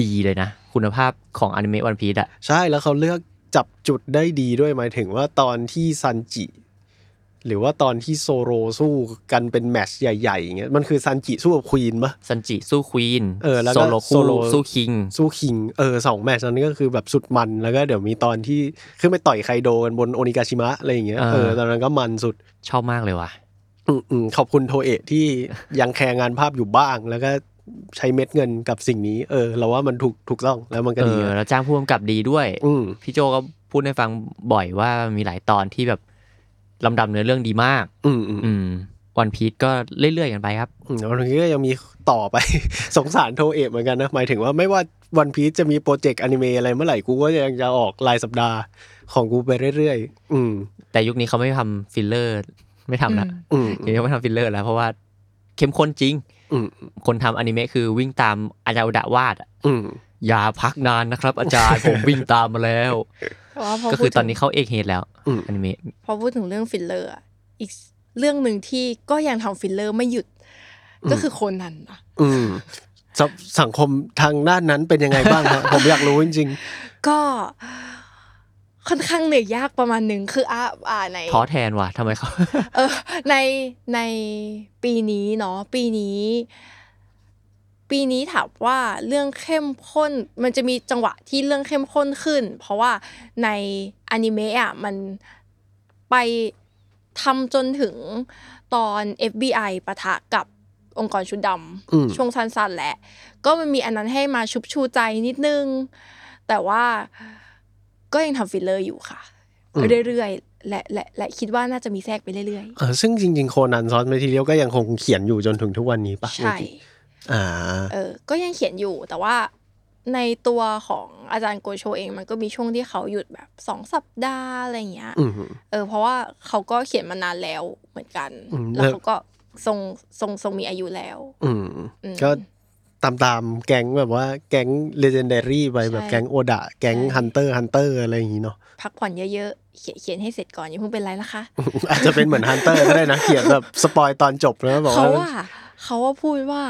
Speaker 2: ดีเลยนะ คุณภาพของอนิเมะวันพี e อะ
Speaker 3: ใช่แล้วเขาเลือกจับจุดได้ดีด้วยหมายถึงว่าตอนที่ซันจิ หรือว่าตอนที่โซโรสู้กันเป็นแมตชใหญ่ๆอย่างเงี้ยมันคือซันจิสู้กับควีนปะ
Speaker 2: ซันจิสู้ควีน
Speaker 3: เออแล้วก็
Speaker 2: โซโล
Speaker 3: โซ
Speaker 2: คู่
Speaker 3: โล
Speaker 2: สู้คิง
Speaker 3: สู้คิงเออสองแมตชนั้นก็คือแบบสุดมันแล้วก็เดี๋ยวมีตอนที่ขึ้นไปต่อยไคโดกันบนโอนิกาชิมะอะไรอย่างเงี้ย
Speaker 2: เออ
Speaker 3: เออตอนนั้นก็มันสุด
Speaker 2: ชอบมากเลยว่ะ
Speaker 3: อืมอืมขอบคุณโทเอะที่ยังแคร์งานภาพอยู่บ้าง แล้วก็ใช้เม็ดเงินกับสิ่งนี้ เออ เราว่ามันถูกถูกต้องแล้วมันก็
Speaker 2: เอ
Speaker 3: ดี
Speaker 2: อ แล้วจ้างผู้กำกับดีด้วย
Speaker 3: อืม
Speaker 2: พี่โจก็พูดให้ฟังบ่อยว่ามีหลายตอนที่แบบลำดับเนื้อเรื่องดีมาก
Speaker 3: อืมอืม
Speaker 2: อืมวันพี e ก็เรื่อยๆกันไปครับ
Speaker 3: อืมแล้วตรงนี้ก็ยังมีต่อไป สงสารโทเอะเหมือนกันนะหมายถึงว่าไม่ว่าวันพีชจะมีโปรเจกต์อนิเมะอะไรเมื่อไหร่กูก็ยังจะออกรายสัปดาห์ของกูไปเรื่อยๆอืม
Speaker 2: แต่ยุคนี้เขาไม่ทำฟิลเลอร์ ไม่ทำละ
Speaker 3: อืม
Speaker 2: เดี๋ยวไม่ทำฟิลเลอร์แล้วเพราะว่าเข้มข้นจริง
Speaker 3: อืม
Speaker 2: คนทำอนิเมะคือวิ่งตามอาจารย์อุดะวาดอะ
Speaker 3: อืม
Speaker 2: อย่าพักนานนะครับ อาจารย์ ผมวิ่งตามมาแล้ว
Speaker 4: แต่ว่าพอ
Speaker 2: ก็
Speaker 4: พู
Speaker 2: คื
Speaker 4: ด
Speaker 2: อตอน
Speaker 4: ถึ
Speaker 2: นี้
Speaker 4: ง
Speaker 2: เข้าเอกเฮดแล้ว
Speaker 3: อืม
Speaker 2: อนิเมะ
Speaker 4: พอพูดถึงเรื่องฟิลเลอร์อะอีกเรื่องหนึ่งที่ก็ยังทำฟิลเลอร์ไม่หยุด ก็คือโคนนันนะ
Speaker 3: อืมสังสังคมทางด้านนั้นเป็นยังไงบ้างฮะ ผมอยากรู้จริง
Speaker 4: ก็ค่อนข้างเหนื่อยยากประมาณหนึ่งคืออ่าอ่าใน
Speaker 2: ท้อแทนว่ะทำไมเขา
Speaker 4: เออในในปีนี้เนาะปีนี้ ปีนี้ถามว่าเรื่องเข้มข้น มันจะมีจังหวะที่เรื่องเข้มข้นขึ้น เพราะว่าในอนิเมะอ่ะมันไป ทำจนถึงตอน FBI ปะทะกับองค์กรชุดด
Speaker 3: อืม
Speaker 4: ำช่วงสั้นๆแหละ ก็มันมีอันนั้นให้มาชุบชูใจนิดนึง แต่ว่าก็ยังทำฟิลเลอร์อยู่ค่ะ
Speaker 3: อืม
Speaker 4: เรื่อยๆ และและและคิดว่าน่าจะมีแทรกไปเรื่อย
Speaker 3: เออซึ่งจริงๆโคนันซอสเมทีเรียลก็ยังคงเขียนอยู่จนถึงทุกวันนี้ปะ
Speaker 4: ๆ ใช่
Speaker 3: โอเคอ่า
Speaker 4: เออก็ยังเขียนอยู่แต่ว่าในตัวของอาจารย์โกโชเองมันก็มีช่วงที่เขาหยุดแบบสองสัปดาห์อะไรอย่างเงี้ย
Speaker 3: อืม
Speaker 4: เออเพราะว่าเขาก็เขียนมานานแล้วเหมือนกัน
Speaker 3: อืม
Speaker 4: แล้วเขาก็ทรงทรงทรงมีอายุแล้ว
Speaker 3: อืม
Speaker 4: อืม
Speaker 3: ก็ตามตามๆแก๊งแบบว่าแก๊ง legendary ไป
Speaker 4: ใช่
Speaker 3: แบบแก๊งโอดะแก๊ง
Speaker 4: ใช่
Speaker 3: ฮันเตอร์ฮันเตอร์อะไรอย่างนี้เนาะ
Speaker 4: พักผ่อนเยอะๆ เขียนเขียนให้เสร็จก่อนอย่าเพิ่งเป็นไรนะคะ
Speaker 3: อาจจะเป็นเหมือนฮันเตอร์ก็ได้นะ เขียนแบบสปอยตอนจบแล้วบอก
Speaker 4: เขา
Speaker 3: ว่า
Speaker 4: ว่าเขาว่าพูดว่า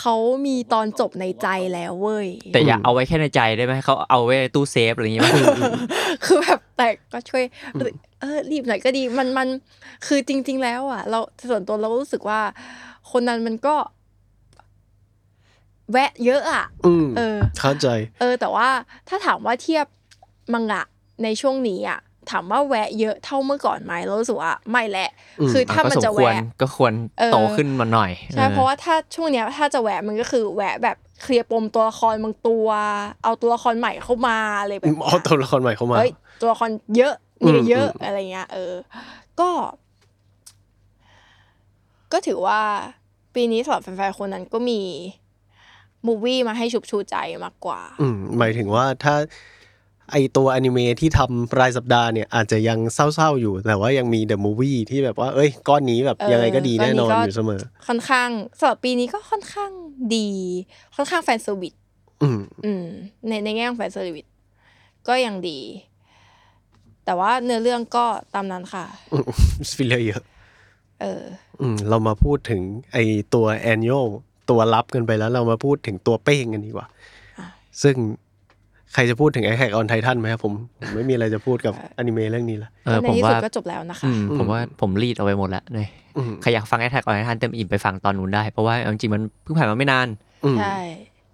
Speaker 4: เขามีตอนจบในใจแล้วเว้ย
Speaker 2: แต่อย่าเอาไว้แค่ในใจได้ไหมเขาเอาไว้ในตู้เซฟอะไรอย่างเงี้ย
Speaker 4: คือแบบแต่ก็ช่วยเออรีบหน่อยก็ดีมันมันคือจริง ๆ แล้วอ่ะ เราส่วนตัวเรารู้สึกว่า คนนั้นมันก็ แวะเยอะอ่ะ
Speaker 3: อืม
Speaker 4: เออ
Speaker 3: เข้าใจ
Speaker 4: เออแต่ว่าถ้าถามว่าเทียบมังงะในช่วงนี้อ่ะถามว่าแวะเยอะเท่าเมื่อก่อนไหมเรารู้สึกว่าไม่แหละ
Speaker 3: อืม
Speaker 4: คือ
Speaker 2: อ่
Speaker 4: ถ้ามันจะ
Speaker 2: ก็สควร
Speaker 4: แวะ
Speaker 2: ก็ควร
Speaker 4: เออ
Speaker 2: โตขึ้นมาหน่อย
Speaker 4: ใช่
Speaker 2: ออ
Speaker 4: เพราะว่าถ้าช่วงเนี้ยถ้าจะแวะมันก็คือแวะแบบเคลียร์ปมตัวละครบางตัว เอาตัวละครใหม่เข้ามาอะไรแบบนี้ย
Speaker 3: เอาตัวละครใหม่เข้ามา
Speaker 4: เอ้ยตัวละครเยอะนี่ก็เยอะ
Speaker 3: อืม
Speaker 4: อะไรเงี้ยเออ ก็ ก็ถือว่า ปีนี้สำหรับแฟนๆคนนั้นก็มีมูวี่มาให้ชุบชูใจมากกว่า
Speaker 3: อืมหมายถึงว่าถ้าไอตัวอนิเมะที่ทำรายสัปดาห์เนี่ยอาจจะยังเศร้าๆอยู่ แต่ว่ายังมีเดอะมู i วี่ที่แบบว่า เอ้ย ก้อนนี้แบบ
Speaker 4: เออ
Speaker 3: ยังไงก็ดีแน่นอน
Speaker 4: ก้อนนี้ก็
Speaker 3: อยู่เสมอ
Speaker 4: ค่อนข้างสำหรับปีนี้ก็ค่อนข้างดี ค่อนข้างแฟนเซอร์วิส
Speaker 3: อืม
Speaker 4: อืม ในในแง่ของแฟนเซอร์วิสก็ยังดี แต่ว่าเนื้อเรื่องก็ตามนั้นค่ะ
Speaker 3: ฟิลเลอร์เยอะ
Speaker 4: เออ
Speaker 3: อืมเรามาพูดถึงไอตัวแอนโยตัวรับกันไปแล้ว เรามาพูดถึงตัวเป้งกันดีกว่า
Speaker 4: อ่ะ
Speaker 3: ซึ่งใครจะพูดถึงไอแฮกออนไททันไหมครับผมผมไม่มีอะไรจะพูดกับอนิเมะเรื่องนี้ละ
Speaker 2: เออ
Speaker 4: ใน
Speaker 2: ผม
Speaker 4: ที่สุ
Speaker 2: ว่า
Speaker 4: ดก็จบแล้วนะคะ
Speaker 2: อืมผมว่าผมรีดเอาไว้หมดแล้วเลย
Speaker 3: อืม
Speaker 2: ใครอยากฟังแอทแทกออนไททันเต็มอิ่มไปฟังตอนนู้นได้ เพราะว่าเอาจริงๆมันเพิ่งผ่านมาไม่นาน
Speaker 3: อืม
Speaker 4: ใช่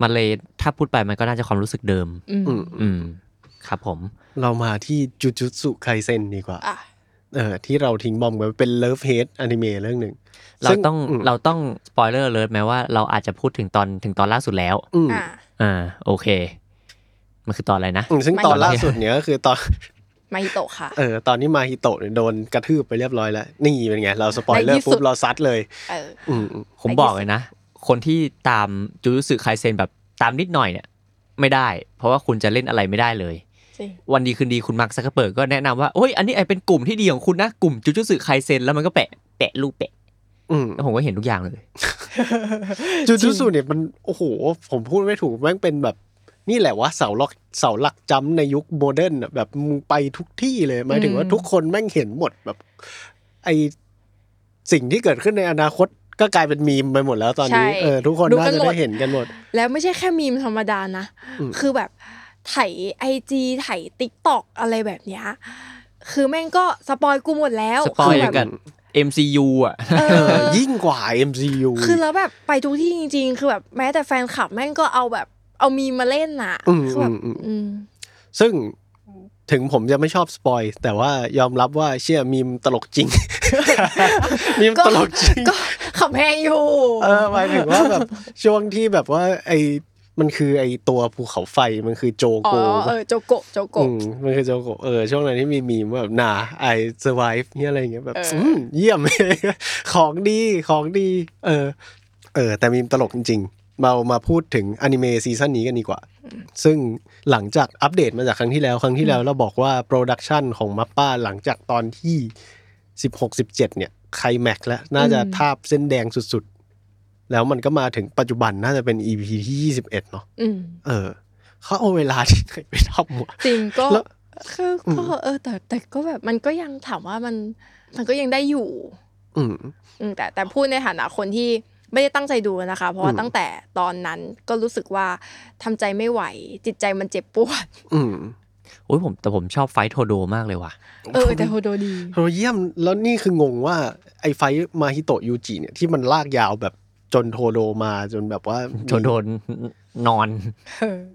Speaker 2: มันเลยถ้าพูดไปมันก็น่าจะความรู้สึกเดิม
Speaker 4: อืม
Speaker 3: อืม
Speaker 2: อืม ครับผม
Speaker 3: เรามาที่จูจูต u ไคเซนดีกว่า
Speaker 4: อ่ะ
Speaker 3: เออที่เราทิ้งบอมไว้เป็นเลิฟเฮดอนิเมะเรื่องหนึ่ง
Speaker 2: เรา
Speaker 3: ซึ่
Speaker 2: ต้อง
Speaker 3: ม
Speaker 2: เราต้องสปอยเลอร์เลยไหมว่าเราอาจจะพูดถึงตอนถึงตอนล่าสุดแล้ว
Speaker 3: อืม
Speaker 4: อ่ะ
Speaker 2: อ่า โอเค มันคือตอนอะไรนะ
Speaker 3: อืมซึ่ง
Speaker 4: ไม่
Speaker 3: ตอนล่าสุดเนี้ยก็คือตอน
Speaker 4: มาฮิโตะค่ะ
Speaker 3: เออตอนที่มาฮิโตะเนี่ยโดนกระทืบไปเรียบร้อยแล้ว นี่เป็นไง เราสปอยเลอ
Speaker 4: ในที่
Speaker 3: ร์
Speaker 4: สุด
Speaker 3: ปุ๊บเราซัดเลย
Speaker 4: เออ
Speaker 3: อืมอืม
Speaker 2: ผมบอกเลยนะ คนที่ตามจูยุสึไคเซนแบบตามนิดหน่อยเนี่ย ไม่ได้ เพราะว่าคุณจะเล่นอะไรไม่ได้เลย
Speaker 4: จริง
Speaker 2: วันดีคืนดีคุณมาร์คซักเปิดก็แนะนำว่าโอ้ยอันนี้ไอเป็นกลุ่มที่ดีของคุณนะ กลุ่มจูจูสึไคเซนแล้วมันก็แปะแปะรูปแปะ
Speaker 3: อืม
Speaker 2: แล้วผมก็เห็นทุกอย่างเลย
Speaker 3: จูจูสุเนี่ยมันโอ้โห ผมพูดไม่ถูกแม่งเป็นแบบนี่แหละว่าเสาหลักเสาหลักจำในยุคโมเดิร์นอะแบบมึงไปทุกที่เลยหมายถึงว่า
Speaker 4: อืม
Speaker 3: ทุกคนแม่งเห็นหมดแบบ ไอสิ่งที่เกิดขึ้นในอนาคตก็กลายเป็นมีมไปหมดแล้วตอนนี้
Speaker 4: ใช่
Speaker 3: เออทุกคน
Speaker 4: ดู
Speaker 3: น่า
Speaker 4: กัน
Speaker 3: จะ
Speaker 4: หมด
Speaker 3: ได้เห็นกันหมด
Speaker 4: แล้วไม่ใช่แค่มีมธรรมดานะ
Speaker 3: อืม
Speaker 4: คือแบบไถไอจีไถติ๊กต็อกอะไรแบบเนี้ย คือแม่งก็สปอยกูหมดแล้ว
Speaker 2: สปอย
Speaker 4: คืแบ
Speaker 2: เลย
Speaker 4: บ
Speaker 2: กัน MCU อ่ะ
Speaker 4: เอ
Speaker 3: เออ
Speaker 4: อ
Speaker 3: ยิ่งกว่า MCU
Speaker 4: คือแล้วแบบไปทุกที่จริง ๆ คือแบบแม้แต่แฟนคลับแม่งก็เอาแบบเอามีมมาเล่นน่ะ
Speaker 3: อืม
Speaker 4: คือแบบ
Speaker 3: อืม
Speaker 4: อืม
Speaker 3: ซึ่งถึงผมจะไม่ชอบสปอยแต่ว่ายอมรับว่าเชื่อมีมตลก จริง มีม
Speaker 4: ก็
Speaker 3: ตลกจริง
Speaker 4: ก็ขำแหงอยู่
Speaker 3: เออหมายถึงว่าแบบ ช่วงที่แบบว่าไอมันคือไอตัวภูเขาไฟมันคือโจ
Speaker 4: อ๋อ
Speaker 3: โก
Speaker 4: เออโจโกะโจโกะ
Speaker 3: มมันคือโจโกเออช่วงนั้นที่มีมีมว่าแบบหนาไอ survive เนี่ยอะไรอย่างเงี้ยแบบ
Speaker 4: เอออื
Speaker 3: มเยี่ยม ของดีของดี เออ เออ แต่มีมตลกจริงๆเรามาพูดถึงอนิเมะซีซั่นนี้กันดีกว่า ซึ่งหลังจากอัปเดตมาจากครั้งที่แล้ว ครั้งที่แล้วเราบอกว่าโปรดักชันของมัปป้าหลังจากตอนที่ 16 17 เนี่ยไคลแม็กซ์แล้วน่าจะ
Speaker 4: อืม
Speaker 3: ทาบเส้นแดงสุดๆ แล้วมันก็มาถึงปัจจุบันน่าจะเป็น EP ที่ 21 เนาะ
Speaker 4: อืม
Speaker 3: เออเขาเอาเวลาที่ไหนไปทำวะ
Speaker 4: จริงก็
Speaker 3: แล้ว
Speaker 4: คือก็เออ แต่แต่ก็แบบมันก็ยังถามว่ามัน มันก็ยังได้อยู่
Speaker 3: อืม
Speaker 4: อืมแต่แต่พูดในฐานะคนที่ไม่ได้ตั้งใจดูนะคะ เพราะว่า
Speaker 3: อืม
Speaker 4: ตั้งแต่ตอนนั้นก็รู้สึกว่าทำใจไม่ไหว จิตใจมันเจ็บปวด
Speaker 3: อืม
Speaker 2: โอ้ยผมแต่ผมชอบไฟท์โทโดมากเลยว่ะ
Speaker 4: เออ แต่โฮโดดี
Speaker 3: เราเยี่ยมแล้วนี่คืองงว่า ไอไฟท์มาฮิโตะยูจิเนี่ยที่มันลากยาวแบบจนโทโดมาจนแบบว่า
Speaker 2: โทโดนนอน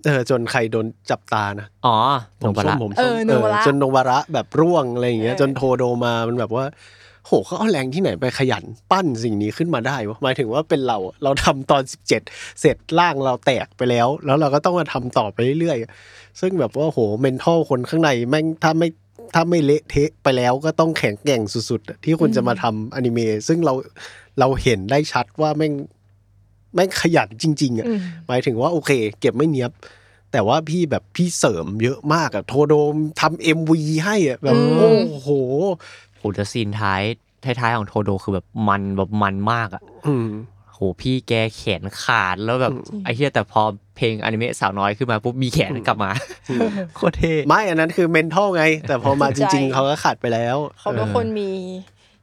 Speaker 3: เออจนใครโดนจับตานะ
Speaker 2: อ๋อ
Speaker 3: ผม
Speaker 2: ปะ
Speaker 3: ส้ม
Speaker 2: ละ
Speaker 3: ผม
Speaker 4: เอ
Speaker 3: ส้ม
Speaker 4: อโนวาระ
Speaker 3: จนโนวาระแบบร่วงอะไรอย่างเงี้ย
Speaker 4: เออ
Speaker 3: จนโทโดมามันแบบว่า โหเขาเอาแรงที่ไหนไปขยันปั้นสิ่งนี้ขึ้นมาได้วะหมายถึงว่าเป็นเราอะเราทำตอน 17 เสร็จร่างเราแตกไปแล้ว แล้วเราก็ต้องมาทำต่อไปเรื่อยๆ ซึ่งแบบว่าโหเมนทัลคนข้างในแม่งถ้าไม่ถ้าไม่เละเทะไปแล้วก็ต้องแข็งแกร่งสุดๆอะที่คุณจะมาทำอนิเมะซึ่งเราเราเห็นได้ชัดว่าแม่งแม่งขยันจริง ๆอะ
Speaker 4: อืม
Speaker 3: หมายถึงว่าโอเค เก็บไม่เนียบ แต่ว่าพี่แบบพี่เสริมเยอะมากอะโทโดมทำเอ็มวีให้อะแบบ
Speaker 4: อืม
Speaker 3: โอ้โห
Speaker 2: โหแต่ซีนท้ายท้ายๆของโทโดคือแบบมันแบบมันมากอ่ะ
Speaker 3: อืม
Speaker 2: โหพี่แกแขนขาดแล้วแบบ
Speaker 3: อืม
Speaker 2: ไอ้เหี้ยแต่พอเพลงอนิเมะสาวน้อยขึ้นมาปุ๊บมีแขนกลับมา โคตรเท่
Speaker 3: ไม่อันนั้นคือเมนทัลไง แต่พอมาจริง ๆ เขาก็ขาดไปแล้ว
Speaker 4: เขาเป็นคนมี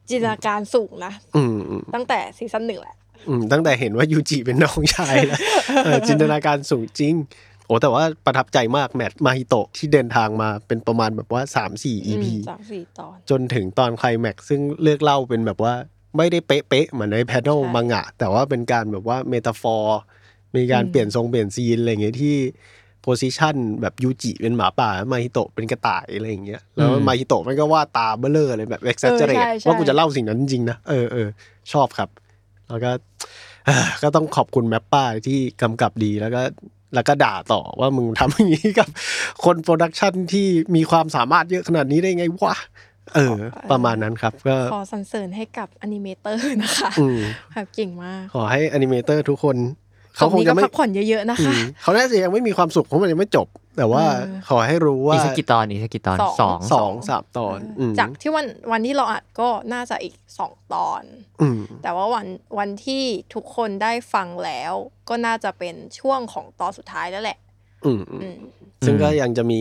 Speaker 4: จินตนาการสูงนะ
Speaker 3: อืมอืม
Speaker 4: ตั้งแต่ซีซั่นหนึ่งแหละ
Speaker 3: อืมตั้งแต่เห็นว่ายูจิเป็นน้องชายแล้วเออจินตนาการสูงจริง โอ้แต่ว่าประทับใจมากแมทมาฮิโตะที่เดินทางมาเป็นประมาณแบบว่า 3-4 EP
Speaker 4: อืมสามสี่ตอน
Speaker 3: จนถึงตอนไคลแม็กซ์ซึ่งเลือกเล่าเป็นแบบว่าไม่ได้เป๊ะๆเหมือนในแพนโน
Speaker 4: ใช่
Speaker 3: มังงะ แต่ว่าเป็นการแบบว่าเมตาฟอร์ มีการ
Speaker 4: อืม
Speaker 3: เปลี่ยนทรงเปลี่ยนซีนอะไรอย่างเงี้ยที่โพซิชันแบบยูจิเป็นหมาป่ามาฮิโตะเป็นกระต่ายอะไรอย่างเงี้ยแล้วมาฮิโตะมันก็ว่าดตาเบลเลอร์เลยแบบเอ็กซ์เจเรตว่ากูจะเล่าสิ่งนั้นจริงๆนะ เออเออชอบครับ แล้วก็ ก็ต้องขอบคุณแมปป้าที่กำกับดีแล้วก็ แล้วก็ด่าต่อว่ามึงทำอย่างนี้กับ คนโปรดักชันที่มีความสามารถเยอะขนาดนี้ได้ไงวะ เออ ประมาณนั้นครับ ก็
Speaker 4: ขอสรรเสริญให้กับอนิเมเตอร์นะคะ
Speaker 3: อืม
Speaker 4: แบบเก่งมาก
Speaker 3: ขอให้อนิเมเตอร์ทุกคน
Speaker 4: เขา
Speaker 3: เขา
Speaker 4: ค
Speaker 3: ค
Speaker 4: ง
Speaker 3: ง
Speaker 4: จะ
Speaker 3: จะ
Speaker 4: ไม่
Speaker 3: ไม่
Speaker 4: พักผ่อนเยอะๆนะ
Speaker 3: อื
Speaker 4: คะ
Speaker 3: มเขาน่าจะยังไม่มีความสุขเพราะมันยังไม่จบ แต่ว่า
Speaker 4: เออ
Speaker 3: ขอให้รู้ว่า
Speaker 2: อีกสักกี่ตอนอีกสักกี่ตอน
Speaker 4: สอง
Speaker 2: สอง
Speaker 3: สองสามตอนอืม
Speaker 4: จากที่วันวันที่เราอัดก็น่าจะอีกสองตอน
Speaker 3: อืม
Speaker 4: แต่ว่าวันวันที่ทุกคนได้ฟังแล้ว ก็น่าจะเป็นช่วงของตอนสุดท้ายแล้วแหละ
Speaker 3: อืมอืม
Speaker 4: อืม
Speaker 3: ซึ่งก็ยังจะมี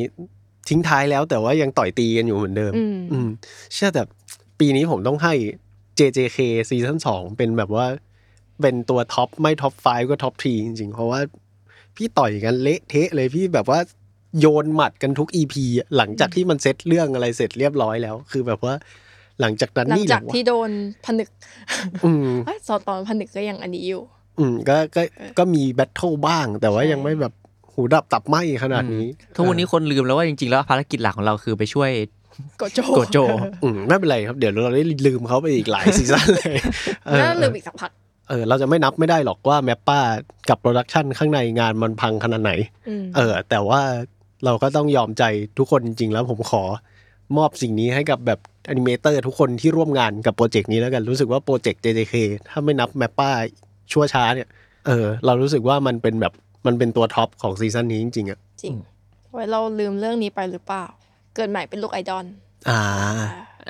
Speaker 3: ทิ้งท้ายแล้วแต่ว่ายังต่อยตีกันอยู่เหมือนเดิม
Speaker 4: อืม
Speaker 3: อืมเชื่อแต่ปีนี้ผมต้องให้ JJK ซีซั่นสองเป็นแบบว่า เป็นตัวท็อป ไม่ท็อป 5 ก็ท็อป 3 จริงๆ เพราะว่า พี่ต่อยกันเละเทะเลยพี่แบบว่าโยนหมัดกันทุก EP อะหลังจากที่มันเซตเรื่องอะไรเสร็จเรียบร้อยแล้ว คือแบบว่า หลังจากนั้น
Speaker 4: หลัง
Speaker 3: นี่แห
Speaker 4: จา
Speaker 3: ละ
Speaker 4: ก
Speaker 3: วะ
Speaker 4: ที่โดนผนึก
Speaker 3: อืม
Speaker 4: เอ้ยตอนตอนผนึกก็ยังอันนี้อยู่
Speaker 3: อืมก็ก็ก็มีแบทเทิลบ้าง แต่ว่า
Speaker 4: ใช่
Speaker 3: ยังไม่แบบหูดับตับไหมขนาดนี้
Speaker 2: ทุกวันนี้คนลืมแล้วว่าจริงๆ แล้วภารกิจหลักของเราคือไปช่วย
Speaker 4: โก โจ
Speaker 2: โกโจ
Speaker 3: อืมไม่เป็นไรครับเดี๋ยวเราได้ลืมเขาไปอีกหลาย ซีซั่นเลยเออ
Speaker 4: น่าลืมอีกสักพัก
Speaker 3: เออเราจะไม่นับไม่ได้หรอกว่าแมปป้ากับโปรดักชันข้างในงานมันพังขนาดไหน
Speaker 4: อืม
Speaker 3: เออ แต่ว่าเราก็ต้องยอมใจทุกคนจริงๆแล้วผมขอมอบสิ่งนี้ให้กับแบบอนิเมเตอร์ทุกคนที่ร่วมงานกับโปรเจกต์นี้แล้วกันรู้สึกว่าโปรเจกต์ JJK ถ้าไม่นับแมปป้าชั่วช้าเนี่ยเออเรารู้สึกว่ามันเป็นแบบมันเป็นตัวท็อปของซีซั่นนี้จริงๆอ่ะ
Speaker 4: จริง ไว้เราลืมเรื่องนี้ไปหรือเปล่า เกิดใหม่เป็นลูกไอดอล
Speaker 3: อ่า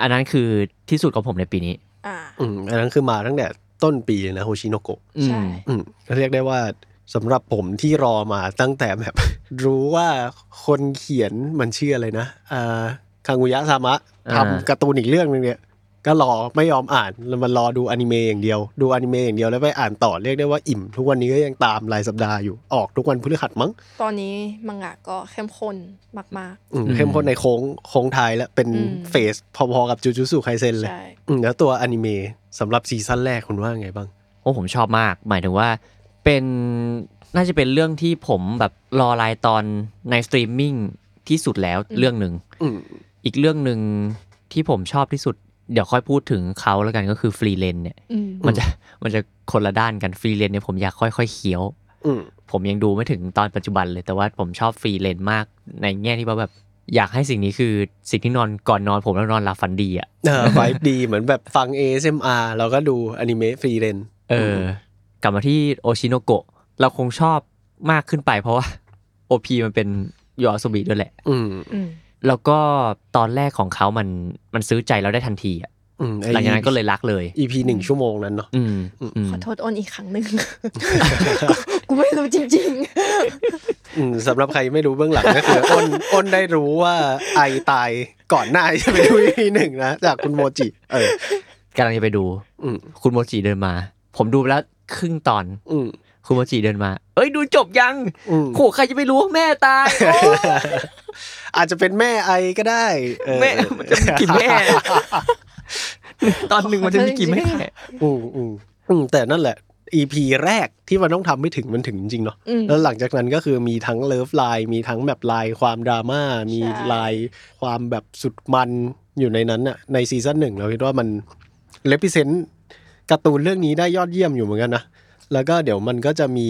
Speaker 2: อันนั้นคือที่สุดของผมในปีนี้
Speaker 4: อ่า
Speaker 3: อืมอันนั้นคือมาตั้งแต่ต้นปีเลยนะโฮชิโนโกะ
Speaker 2: อืม
Speaker 4: ใช่
Speaker 3: อืมก็เรียกได้ว่าสำหรับผมที่รอมาตั้งแต่แบบ รู้ว่าคนเขียนมันชื่ออะไรนะเอ่อคังุยะซามะ
Speaker 2: อ่า
Speaker 3: ทำการ์ตูนอีกเรื่องหนึงเนี่ย ก็รอไม่ยอมอ่านแล้วมันรอดูอนิเมะอย่างเดียว ดูอนิเมะอย่างเดียวแล้วไปอ่านต่อเรียกได้ว่าอิ่ม ทุกวันนี้ก็ยังตามรายสัปดาห์อยู่ออกทุกวันพฤหัสมั้ง
Speaker 4: ตอนนี้มังงะก็เข้มข้นมาก
Speaker 3: อืม
Speaker 2: อืม
Speaker 3: เข้มข้นในโค้งโค้งท้ายแล้วเป็น
Speaker 4: อืม
Speaker 3: เฟสพอๆกับจูจูสุไคเซน
Speaker 4: ๆ
Speaker 3: เลย
Speaker 4: ใช่
Speaker 3: อืมแล้วตัวอนิเมะสำหรับซีซั่นแรกคุณว่าไงบ้าง
Speaker 2: โอ้ผมชอบมาก หมายถึงว่าเป็นน่าจะเป็นเรื่องที่ผมแบบรอรายตอนในสตรีมมิ่งที่สุดแล้ว
Speaker 4: อืม
Speaker 2: เรื่องหนึ่ง
Speaker 3: อืม
Speaker 2: อีกเรื่องหนึ่งที่ผมชอบที่สุด เดี๋ยวค่อยพูดถึงเขาแล้วกันก็คือฟรีเลนเนี่ย
Speaker 4: อืม
Speaker 2: มันจะมันจะคนละด้านกันฟรีเลนเนี่ยผมอยากค่อยๆเคี้ยว
Speaker 3: อืม
Speaker 2: ผมยังดูไม่ถึงตอนปัจจุบันเลยแต่ว่าผมชอบฟรีเลนมากในแง่ที่ว่าแบบอยากให้สิ่งนี้คือสิ่งที่นอนก่อนนอนผมแล้วนอนหลับฝันดีอ่ะ
Speaker 3: เออไวบดีเหมือนแบบฟัง ASMR เราก็ดูอนิเมะฟรีเรน
Speaker 2: เออ กลับมาที่โอชิโนโกะเราคงชอบมากขึ้นไปเพราะว่าโอพีมันเป็นยอสุบิด้วยแหละ
Speaker 3: อืม
Speaker 4: อืม
Speaker 2: แล้วก็ตอนแรกของเขามันมันซื้อใจเราได้ทันทีอะ
Speaker 3: อืมไอ้
Speaker 2: หลังจากนั้นก็เลยรักเลย
Speaker 3: EP หนึ่งชั่วโมงนั้นเนาะ
Speaker 2: อืมอืม
Speaker 4: ขอโทษโอนอีกครั้งหนึ่ง กูไม่รู้จริง
Speaker 3: อืมสำหรับใครไม่รู้เบื้องหลังก็คือ อ้นอ้นได้รู้ว่าไอตายก่อนหน้าจะไปดู EP หนึ่งนะ จากคุณโมจิ เออ
Speaker 2: กำลังจะไปดู
Speaker 3: อืม
Speaker 2: คุณโมจิเดินมา ผมดูไปแล้วครึ่งตอน
Speaker 3: อืม
Speaker 2: คุณโมจิเดินมา เอ้ยดูจบยัง
Speaker 3: อืม
Speaker 2: โขใครจะไปรู้ว่าแม่ตายโอ้
Speaker 3: อาจจะเป็นแม่ไอก็ได้เออ
Speaker 2: แม่มันจะมีกี่แม่ ตอนหนึ่งมันจะมีกี่แม่
Speaker 3: อืมอืมอืมแต่นั่นแหละ EP แรกที่มันต้องทำไม่ถึงมันถึงจริงเนาะ
Speaker 4: ๆ อืม
Speaker 3: แล้วหลังจากนั้นก็คือมีทั้งเลิฟไลน์มีทั้งแบบไลน์ความดราม่ามีไลน์ความแบบสุดมันอยู่ในนั้นอะในซีซั่นหนึ่งเราคิดว่ามัน เลพิเซนต์การ์ตูนเรื่องนี้ได้ยอดเยี่ยมอยู่เหมือนกันนะ แล้วก็เดี๋ยวมันก็จะมี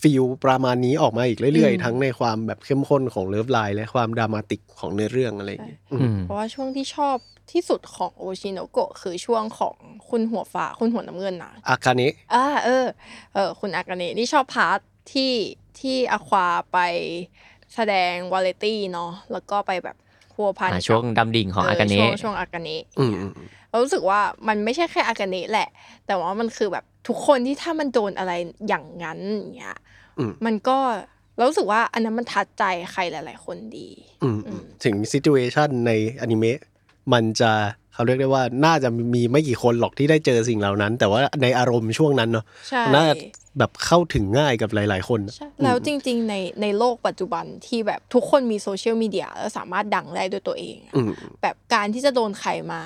Speaker 3: ฟิลประมาณนี้ออกมาอีกเรื่อย
Speaker 4: อืม
Speaker 3: ๆ ทั้งในความแบบเข้มข้นของเลิฟไลน์และความดรามาติกของเนื้อเรื่องอะไรอย่างเงี้ยอืม
Speaker 2: อืม
Speaker 4: เพราะว่าช่วงที่ชอบที่สุดของโอชิโนโกะคือช่วงของคุณหัวฟ้าคุณหัวน้ำเงินนะ
Speaker 3: อาคาเนะ
Speaker 4: อ่าเออเออคุณอากาเนะนี่ชอบพาร์ทที่ที่อควาไปแสดงวาเลตี้เนาะแล้วก็ไปแบบครัวพัน
Speaker 2: อ่า
Speaker 4: กับ
Speaker 2: ช่วงดำดิ่งของอา
Speaker 4: ช่
Speaker 2: กา
Speaker 4: ว
Speaker 2: เนะ
Speaker 4: งช่วงอากาเนะ
Speaker 3: อืม
Speaker 4: เรารู้สึกว่ามันไม่ใช่แค่อากาเนะแหละ แต่ว่ามันคือแบบทุกคนที่ถ้ามันโดนอะไรอย่างนั้นอย่างเงี้ย
Speaker 3: อืม
Speaker 4: มันก็เรารู้สึกว่าอันนั้นมันทัดใจใครหลาย ๆ คนดี
Speaker 3: อืมอืมถึงซิ t ูเอชันในอนิเมะมันจะเขาเรียกได้ว่าน่าจะมีไม่กี่คนหรอกที่ได้เจอสิ่งเหล่านั้น แต่ว่าในอารมณ์ช่วงนั้นเนาะ
Speaker 4: ใช่
Speaker 3: น่าแบบเข้าถึงง่ายกับหลาย ๆ คนนะ
Speaker 4: ใช่แล้วจริงๆในในโลกปัจจุบันที่แบบทุกคนมีโซเชียลมีเดียแล้วสามารถดังได้ด้วยตัวเองอะ
Speaker 3: อืม
Speaker 4: แบบการที่จะโดนใครมา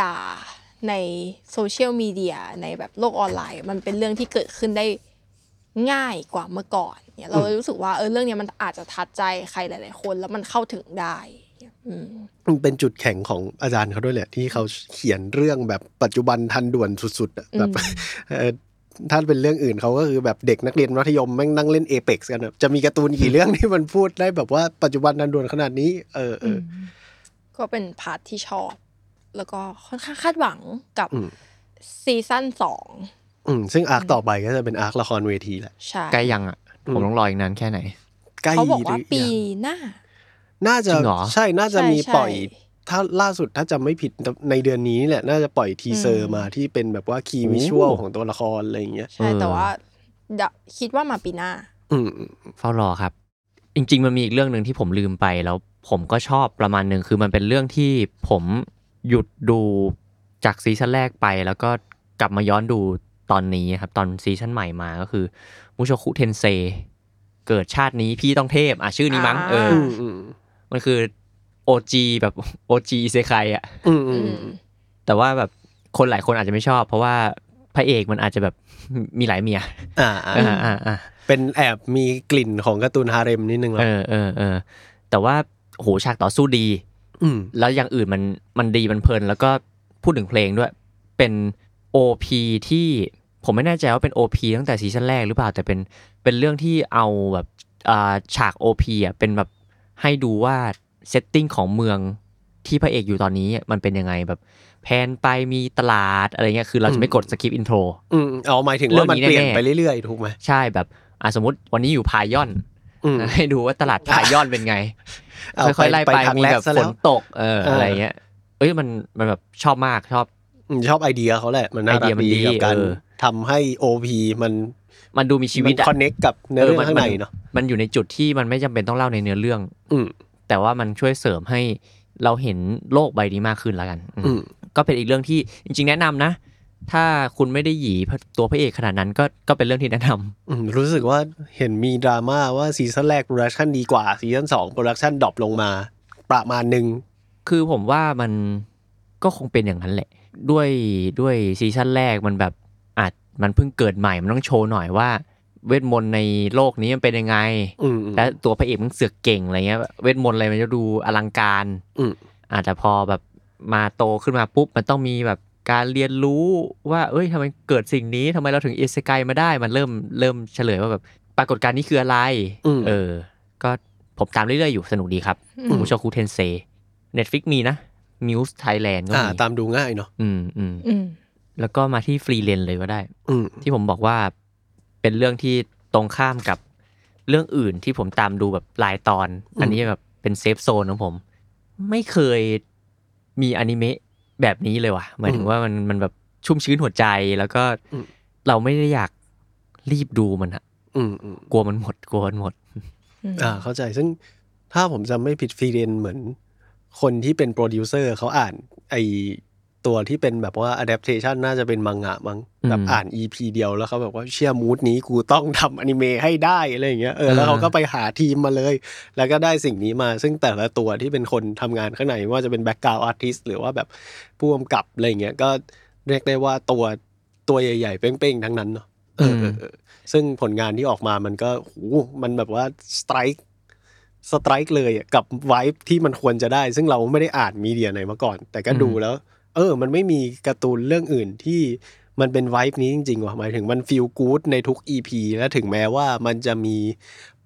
Speaker 4: ด่าในโซเชียลมีเดียในแบบโลกออนไลน์ มันเป็นเรื่องที่เกิดขึ้นได้ง่ายกว่าเมื่อก่อนเนี่ยเรารู้สึกว่าเออเรื่องเนี้ยมันอาจจะทัดใจใครหลาย ๆ คนแล้วมันเข้าถึงได้อืม
Speaker 3: มันเป็นจุดแข็งของอาจารย์เขาด้วยแหละ ที่เขาเขียนเรื่องแบบปัจจุบันทันด่วนสุดๆอะแบบ เอ่อถ้าเป็นเรื่องอื่นเขาก็คือแบบเด็กนักเรียนมัธยมแม่งนั่งเล่นเอเพ็กซ์กันอะจะมีการ์ตูนกี่เรื่องที่มันพูดได้แบบว่าปัจจุบันทันด่วนขนาดนี้เออเออ
Speaker 4: ก็เป็นพาร์ทที่ชอบ แล้วก็ค่อนข้างคาดหวังกับ
Speaker 3: อืม
Speaker 4: ซีซั่นสอง
Speaker 3: อืมซึ่งอาร์คต่อไปก็จะเป็นอาร์คละครเวทีแหละ
Speaker 4: ใช่
Speaker 2: ใกล้ยังอ่ะ ผมต้องรออีกนานแค่ไหน
Speaker 3: ใกล้
Speaker 4: เขาบอกว่า
Speaker 3: หรื
Speaker 4: ปี
Speaker 3: ยัง
Speaker 4: หน้า
Speaker 3: น่าจะ
Speaker 2: จริงเหรอ
Speaker 3: ใช่น่าจะ
Speaker 4: ใช่
Speaker 3: มี
Speaker 4: ใช่
Speaker 3: ปล่อย ถ้าล่าสุดถ้าจำไม่ผิดในเดือนนี้นี่แหละ น่าจะปล่อยทีเซอ
Speaker 4: อื
Speaker 3: ร์
Speaker 4: ม
Speaker 3: มาที่เป็นแบบว่าคีย์วิชวลของตัวละครอะไรอย่างเงี้ย
Speaker 4: ใช่ แต่
Speaker 2: เออ
Speaker 4: ว่าเดาคิดว่ามาปีหน้า
Speaker 3: อืมอืม
Speaker 2: เฝ้ารอครับ จริง ๆ มันมีอีกเรื่องหนึ่งที่ผมลืมไปแล้วผมก็ชอบประมาณหนึ่งคือมันเป็นเรื่องที่ผมหยุดดูจากซีซั่นแรกไป แล้วก็กลับมาย้อนดูตอนนี้ครับ ตอนซีซั่นใหม่มาก็คือมุโชคุเทนเซเกิดชาตินี้พี่ต้องเทพอ่ะชื่อนี้มั้ง
Speaker 4: อ่า
Speaker 2: เออ
Speaker 3: อืมอืม
Speaker 2: มันคือ OG แบบ OG อิเซไคอ่ะ
Speaker 3: อืมอื
Speaker 4: อื
Speaker 3: ม
Speaker 4: ม
Speaker 2: แต่ว่าแบบคนหลายคนอาจจะไม่ชอบ เพราะว่าพระเอกมันอาจจะแบบ มีหลายเมีย
Speaker 3: อ่าอ่า
Speaker 2: อ่าอ่าอ่า
Speaker 3: เป็นแอบมีกลิ่นของการ์ตูนฮาเร็มนิดนึง
Speaker 2: เอ
Speaker 3: แล้ว
Speaker 2: อเออเออแต่ว่าโหฉากต่อสู้ดี
Speaker 3: อืม
Speaker 2: แล้วอย่างอื่นมันมันดีมันเพลิน แล้วก็พูดถึงเพลงด้วย เป็น OP ที่ผมไม่แน่ใจว่าเป็น OP ตั้งแต่ซีซั่นแรกหรือเปล่า แต่เป็นเป็นเรื่องที่เอาแบบอ่าฉาก OP อ่ะเป็นแบบให้ดูว่าเซตติ้งของเมืองที่พระเอกอยู่ตอนนี้มันเป็นยังไงแบบแพนไปมีตลาดอะไรเงี้ยคือเราจะไม่กดสคริปอินโทร
Speaker 3: อืมเอาหมายถึง
Speaker 2: เรื่
Speaker 3: ว่า
Speaker 2: อง
Speaker 3: มัน
Speaker 2: นี้
Speaker 3: เปลี่ยน
Speaker 2: แน่ๆ
Speaker 3: ไปเรื่อยๆ ถูกไหม
Speaker 2: ใช่แบบอ่ะสมมติวันนี้อยู่พายอน
Speaker 3: อืม
Speaker 2: ให้ดูว่าตลาดพายอนเป็นไง
Speaker 3: เอา
Speaker 2: ค่อยๆไล่ไป
Speaker 3: ไปทาง
Speaker 2: มี
Speaker 3: แรก
Speaker 2: แบบ
Speaker 3: ซะ
Speaker 2: ฝ
Speaker 3: แล้ว
Speaker 2: นตกเออ
Speaker 3: เอออ
Speaker 2: อะไรเงี้ย เอ้ยมันมันแบบชอบมากชอบ
Speaker 3: อืมชอบไอเดียเขาแหละ มันน่า
Speaker 2: ไอเดี
Speaker 3: รั
Speaker 2: ย
Speaker 3: ก
Speaker 2: มัน
Speaker 3: ดี
Speaker 2: ดี
Speaker 3: กับการ
Speaker 2: เออ
Speaker 3: ทำให้โอพีมัน
Speaker 2: มันดูมีชีวิตอะ
Speaker 3: คอนเน็กกับเนื้อเรื่องข้างในเนาะ
Speaker 2: มันอยู่ในจุดที่มันไม่จำเป็นต้องเล่าในเนื้อเรื่อง
Speaker 3: อืม
Speaker 2: แต่ว่ามันช่วยเสริมให้เราเห็นโลกใบนี้มากขึ้นแล้วกันอืม
Speaker 3: อืม
Speaker 2: ก็เป็นอีกเรื่องที่จริง ๆ แนะนำนะ ถ้าคุณไม่ได้หยีตัวพระเอกขนาดนั้นก็ก็เป็นเรื่องที่แนะนำ
Speaker 3: อืมรู้สึกว่าเห็นมีดราม่าว่าซีซั่นแรกโปรดักชันดีกว่าซีซั่นสองโปรดักชันดรอปลงมา ประมาณหนึ่ง
Speaker 2: คือผมว่ามันก็คงเป็นอย่างนั้นแหละ ด้วยด้วยซีซั่นแรกมันแบบอาจมันเพิ่งเกิดใหม่มันต้องโชว์หน่อยว่า เวทมนต์ในโลกนี้มันเป็นยังไง
Speaker 3: อืมอืม
Speaker 2: แล้วตัวพระเอกมันเสือกเก่งอะไรเงี้ยเวทมนต์อะไรมันจะดูอลังการ
Speaker 3: อืม
Speaker 2: อาจจะพอแบบมาโตขึ้นมาปุ๊บ มันต้องมีแบบการเรียนรู้ว่า เอ้ยทำไมเกิดสิ่งนี้ทำไมเราถึงเอสกายมาได้ มันเริ่มเริ่มเฉลยว่าแบบปรากฏการณ์นี้คืออะไร
Speaker 3: อืม
Speaker 2: เออ ก็ผมตามเรื่อยๆอยู่สนุกดีครับ
Speaker 4: อืม
Speaker 2: ผมชอบคูเทนเซ Netflix มีนะ Muse Thailand ก็
Speaker 3: อ่า
Speaker 2: มี
Speaker 3: ตามดูง่ายเนาะ
Speaker 2: อืมอืม
Speaker 4: อืม
Speaker 2: แล้วก็มาที่ฟรีเลนเลยก็ได้
Speaker 3: อืม
Speaker 2: ที่ผมบอกว่าเป็นเรื่องที่ตรงข้ามกับเรื่องอื่นที่ผมตามดูแบบรายตอน
Speaker 3: อืม
Speaker 2: อันนี้แบบเป็นเซฟโซนของผม ไม่เคยมีอนิเมะแบบนี้เลยว่ะหมายถึงว่ามันมันแบบชุ่มชื้นหัวใจแล้วก็เราไม่ได้อยากรีบดูมันอะ
Speaker 3: อืมอืม
Speaker 2: กลัวมันหมดกลัวมันหมด
Speaker 3: อ่า เข้าใจซึ่งถ้าผมจำไม่ผิดฟรีเดนเหมือน คนที่เป็นโปรดิวเซอร์เขาอ่านไอตัวที่เป็นแบบว่า adaptation น่าจะเป็นมังงะมั้งแบบ
Speaker 2: อืม
Speaker 3: อ่าน EP เดียวแล้วเขาแบบว่าเชี่ยมูดนี้กูต้องทำอนิเมะให้ได้อะไรอย่างเงี้ยเออแล้ว
Speaker 2: อ่า
Speaker 3: เขาก็ไปหาทีมมาเลย แล้วก็ได้สิ่งนี้มา ซึ่งแต่ละตัวที่เป็นคนทำงานข้างในไม่ว่าจะเป็นแบ็กกราวด์อาร์ติสหรือว่าแบบผู้กำกับอะไรอย่างเงี้ยก็เรียกได้ว่าตัวตัวใหญ่ๆ เป้งๆ ทั้งนั้นเนาะเออเออเออซึ่งผลงานที่ออกมามันก็หูมันแบบว่าสไตร์สไตร์เลยอะกับไวท์ที่มันควรจะได้ ซึ่งเราไม่ได้อ่านมีเดียไหนมาก่อน แต่ก็ดูแล้ว เออ มันไม่มีการ์ตูนเรื่องอื่นที่มันเป็นไวฟ์นี้จริงๆว่ะหมายถึงมันฟีลกู๊ดในทุก EP และถึงแม้ว่ามันจะมี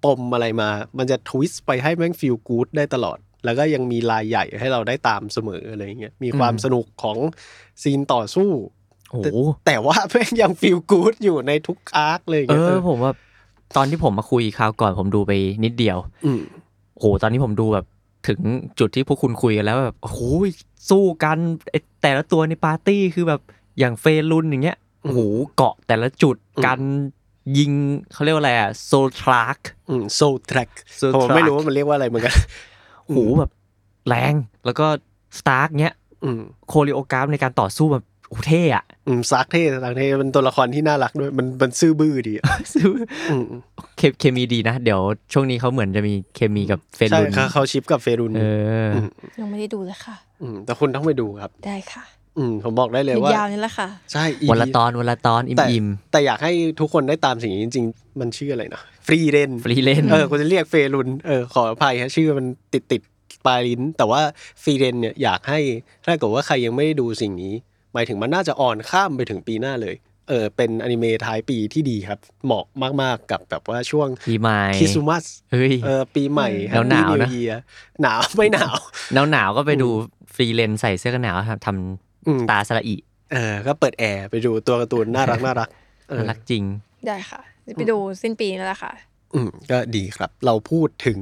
Speaker 3: ปมอะไรมา มันจะทวิสต์ไปให้แม่งฟีลกู๊ดได้ตลอด แล้วก็ยังมีลายใหญ่ให้เราได้ตามเสมออะไรอย่างเงี้ยมีความ
Speaker 2: อืม
Speaker 3: สนุกของซีนต่อสู้
Speaker 2: โอ้
Speaker 3: แต่
Speaker 2: โห
Speaker 3: แต่ว่าแม่งยังฟีลกู๊ดอยู่ในทุกอาร์คเลยอย่าง
Speaker 2: เอ
Speaker 3: เงี้ย
Speaker 2: อผมว่าตอนที่ผมมาคุยคราวก่อนผมดูไปนิดเดียว
Speaker 3: อืม
Speaker 2: โอ้โหตอนนี้ผมดูแบบถึงจุดที่พวกคุณคุยกันแล้วแบบโอ้โหสู้กันไอ้แต่ละตัวในปาร์ตี้คือแบบอย่างเฟรุนอย่างเงี้ย
Speaker 3: อืม
Speaker 2: โอ้โหเกาะแต่ละจุด
Speaker 3: อืม
Speaker 2: การยิงเขาเรียกว่าอะไรอะโซลทราร์ก
Speaker 3: อืมโซทร็ก
Speaker 2: Soul
Speaker 3: ผมไม่
Speaker 2: Track
Speaker 3: รู้ว่ามันเรียกว่าอะไรเหมือนกัน
Speaker 2: โอ้โหแบบแรงแล้วก็สตาร์กเนี้ย
Speaker 3: อืม
Speaker 2: โคเรโอกราฟในการต่อสู้แบบโอ้เท่อะ
Speaker 3: อืมซากเท่ซากเท่เป็นตัวละครที่น่ารักด้วย มันมันซื่อบื้อดีอะอืม
Speaker 2: เคเคมีดีนะ เดี๋ยวช่วงนี้เขาเหมือนจะมีเคมีกับเฟ
Speaker 3: ใช่
Speaker 2: รุน
Speaker 3: เขาเขาชิปกับเฟรุน
Speaker 2: เอออ
Speaker 4: ยังไม่ได้ดูเลยค่ะ
Speaker 3: มแต่คุณต้องไปดูครับ
Speaker 4: ได้ค่ะ
Speaker 3: อืมผมบอกได้เลย
Speaker 4: หยุ
Speaker 3: ว่าย
Speaker 4: ดาวนี่แหละค่ะ
Speaker 3: ใช่ EP
Speaker 2: วันละตอนวันละตอนอิ่ม
Speaker 3: แต่
Speaker 2: ๆ
Speaker 3: แต่อยากให้ทุกคนได้ตามสิ่งนี้จริง ๆ มันชื่ออะไรนะฟรีเรน
Speaker 2: ฟรีเล่น
Speaker 3: เอ อคุณจะเรียกเฟรุนเออขออภัยฮะชื่อมันติดติดๆปลายลิ้น แต่ว่าฟรีเรนเนี่ยอยากให้ถ้าเกิดว่าใครยังไม่ได้ดูสิ่งนี้ หมายถึงมันน่าจะอ่อนข้ามไปถึงปีหน้าเลยเออเป็นอนิเมะท้ายปีที่ดีครับ เหมาะมากๆกับแบบว่าช่วง
Speaker 2: ปีใหม่
Speaker 3: คริสต์มาส
Speaker 2: เฮ้ย
Speaker 3: เออปีใหม่
Speaker 2: แล้ว
Speaker 3: Happy
Speaker 2: หนาว
Speaker 3: New
Speaker 2: นะ
Speaker 3: Year หนาว ไม่หนาว
Speaker 2: หนาวหนาวๆก็ไปดูฟรีเลนใส่เสื้อกันหนาวทำท
Speaker 3: อืม
Speaker 2: ำตาสละอิ
Speaker 3: เออก็เปิดแอร์ไปดูตัวการ์ตูนน่ารักน่ารักเออ
Speaker 2: น่ารักจริง
Speaker 4: ได้ค่ะจะไปดูสิ้นปีนี่แหละค่ะ
Speaker 3: อืมก็ดีครับ เราพูดถึง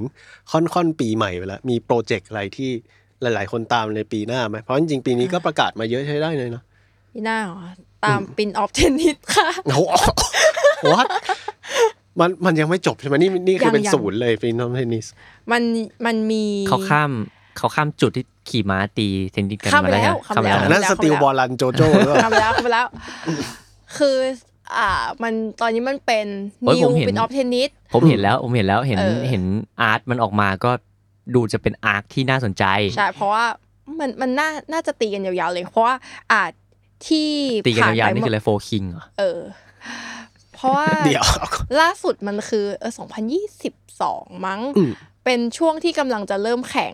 Speaker 3: ค่อนค่อนๆปีใหม่ไปแล้ว มีโปรเจกต์อะไรที่หลาย ๆ คนตามในปีหน้าไหมเพราะจริงๆปีนี้ก็ประกาศมาเยอะใช้ได้ เลยเนาะ
Speaker 4: ปีหน้าเหรอตามปินออฟเทนนิสค่ะ
Speaker 3: โอ้โห What? มันมันยังไม่จบใช่ไหมนี่นี่คือเป็น
Speaker 4: ยังๆ
Speaker 3: ศูนย์เลยฟินนอมเทนนิส
Speaker 4: มันมันมี
Speaker 2: เขาข้ามเขาข้ามจุดที่ขี่ม้าตีเทนนิสกัน
Speaker 4: ข้ามไป
Speaker 2: มา
Speaker 4: แล้ว
Speaker 2: ข้ามไป
Speaker 4: ข้ามไป
Speaker 2: แล้วนะ
Speaker 3: นั่นสติลบอลลันโจโจ้หรือเปล่า
Speaker 4: ทำไปแล้วทำไปแล้ว คือ อ่า มันตอนนี้มันเป็น
Speaker 2: เฮ้ย
Speaker 4: new
Speaker 2: ผมเห็น
Speaker 4: ปินออฟเทนนิส
Speaker 2: ผมเห็นแล้วผมเห็นแล้วเห็น
Speaker 4: เออ
Speaker 2: เห็นอาร์ตมันออกมาก็ดูจะเป็นอาร์คที่น่าสนใจ
Speaker 4: ใช่ เพราะว่ามันมันน่าน่าจะตีกันยาวๆเลย เพราะว่าอาจที่
Speaker 2: ตีกัน
Speaker 4: ผ่
Speaker 2: ยาวๆ
Speaker 4: ไป
Speaker 2: นี่คืออะไรโฟคิงเหรอ
Speaker 4: เออ เพราะว่า
Speaker 3: เดี๋ยว
Speaker 4: ล่าสุดมันคือเออ2022 มั้ง
Speaker 3: อืม
Speaker 4: เป็นช่วงที่กำลังจะเริ่มแข่ง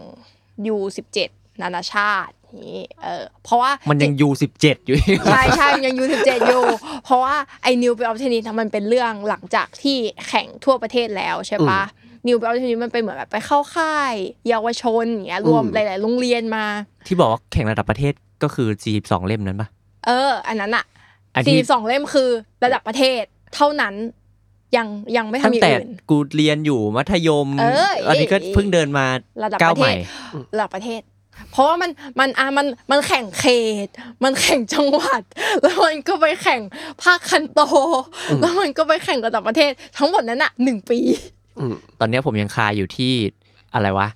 Speaker 4: U17 นานาชาตินี้เออเพราะว่ามั
Speaker 2: มันยังยูสิบเจ็ดอยู่
Speaker 4: ใช่ใช่มันยังยูสิบเจ็ดอยู่ เพราะว่าไอ้นิวไปออฟเทนนิสมันเป็นเรื่องหลังจากที่แข่งทั่วประเทศแล้วใช่ปะนิวไปออฟเทนนิสมันเป็นเหมือนแบบไปเข้าค่าย เยาวชนอย่างเงี้ยรวม
Speaker 3: อืม
Speaker 4: หลาย ๆ โรงเรียนมา
Speaker 2: ที่บอกว่าแข่งระดับประเทศก็คือ42เล่มนั้นปะ
Speaker 4: เออ อันนั้นอะ
Speaker 2: อันที่
Speaker 4: สี่สองเล่มคือระดับประเทศ เท่านั้นยังยังไม่ทำ
Speaker 2: ตั้ง
Speaker 4: อย่าง
Speaker 2: แต่
Speaker 4: อื่น
Speaker 2: กูเรียนอยู่มัธยม
Speaker 4: เอออั
Speaker 2: นนี้ก็เพิ่งเดินมา
Speaker 4: ระดับ
Speaker 2: ก้า
Speaker 4: ป
Speaker 2: ว
Speaker 4: ระ
Speaker 2: ให
Speaker 4: เท
Speaker 2: ม่
Speaker 4: ศระดับประเทศ เพราะว่ามันมันอ่ะมันมันแข่งเขต มันแข่งจังหวัด แล้วมันก็ไปแข่งภาคคันโต แล้วมันก็ไปแข่งระดับประเทศ ทั้งหมดนั้นอะหนึ่งปี
Speaker 3: อืม
Speaker 2: ตอนเนี้ยผมยังคาอยู่ที่อะไรวะ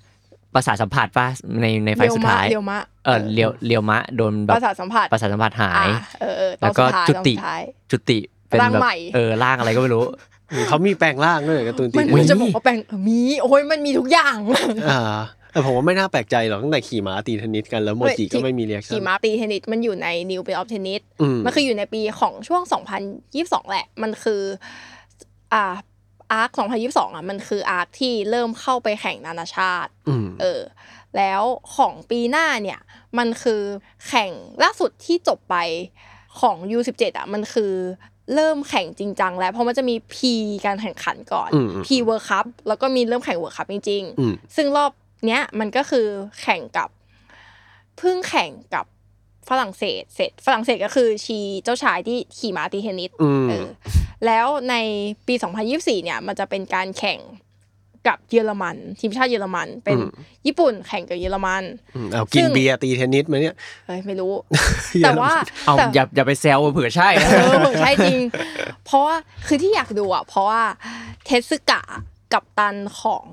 Speaker 2: ประสาทสัมผัสป่ะในในไฟล์สุดท้าย
Speaker 4: เรียวมะ
Speaker 2: เออเลียวเลียวมะโดนแบ
Speaker 4: ป
Speaker 2: บ
Speaker 4: ระสาทสัมผัส
Speaker 2: ประสาทสัมผัสหาย
Speaker 4: อ่ะเออเออตอน
Speaker 2: แล้วก็
Speaker 4: สุดท้าย
Speaker 2: จุ
Speaker 4: ตอน
Speaker 2: ติ
Speaker 4: สุดท้าย
Speaker 2: จุติเป็น
Speaker 4: ร่าง
Speaker 2: แบบ
Speaker 4: ใหม่
Speaker 2: เออร่างอะไรก็ไม่ รู้
Speaker 3: เขามีแปลงร่างด้วยเหรอการ์ตูนตี
Speaker 4: มัน
Speaker 3: น
Speaker 4: มันจะบอกว่าแปลงเออมีโอ้ยมันมีทุก อย่าง
Speaker 3: อ่าแต่ผมว่าไม่น่าแปลกใจหรอกตั้งแต่ขี่ม้าตีเทนนิสกันแล้วโมจิก็ไม่มีเรียกชั่
Speaker 4: ขี่
Speaker 3: น
Speaker 4: ม้าตีเทนนิสมันอยู่ในนิวเปออฟเทนนิส
Speaker 3: อืม
Speaker 4: มันคืออยู่ในปีของช่วง 2022 แหละ มันคืออ่าอาร์ค2022 อ่ะ มันคืออาร์คที่เริ่มเข้าไปแข่งนานาชาติ
Speaker 3: อืม
Speaker 4: เออ แล้วของปีหน้าเนี่ย มันคือแข่งล่าสุดที่จบไปของ U17 อ่ะ มันคือเริ่มแข่งจริงจังแล้ว เพราะมันจะมี P การแข่งขันก่อน
Speaker 3: อืมอืม
Speaker 4: P World Cup แล้วก็มีเริ่มแข่ง World Cup จริง
Speaker 3: อืม
Speaker 4: ๆ ซึ่งรอบเนี้ยมันก็คือแข่งกับเพิ่งแข่งกับฝรั่งเศส เสร็จฝรั่งเศสก็คือชีเจ้าชายที่ขี่ม้าตีเทนนิส
Speaker 3: อืม
Speaker 4: เออแล้วในปี 2024 เนี่ย มันจะเป็นการแข่งกับเยอรมัน ทีมชาติเยอรมัน เป็นญี่ปุ่นแข่งกับเยอรมัน
Speaker 3: มเอากิน
Speaker 4: ซึ่ง
Speaker 3: เบียร์ตีเทนนิสไหมาเนี่ย
Speaker 4: เฮ้ย ไม่รู้ แต่ว่า
Speaker 2: เอา
Speaker 4: แต่
Speaker 2: อย่าอย่าไปแซวเผื่อใช่นะ
Speaker 4: เออเหมือนใช่จริง เพราะว่า คือที่อยากดูอ่ะ เพราะว่าเทสึกะกับตันของ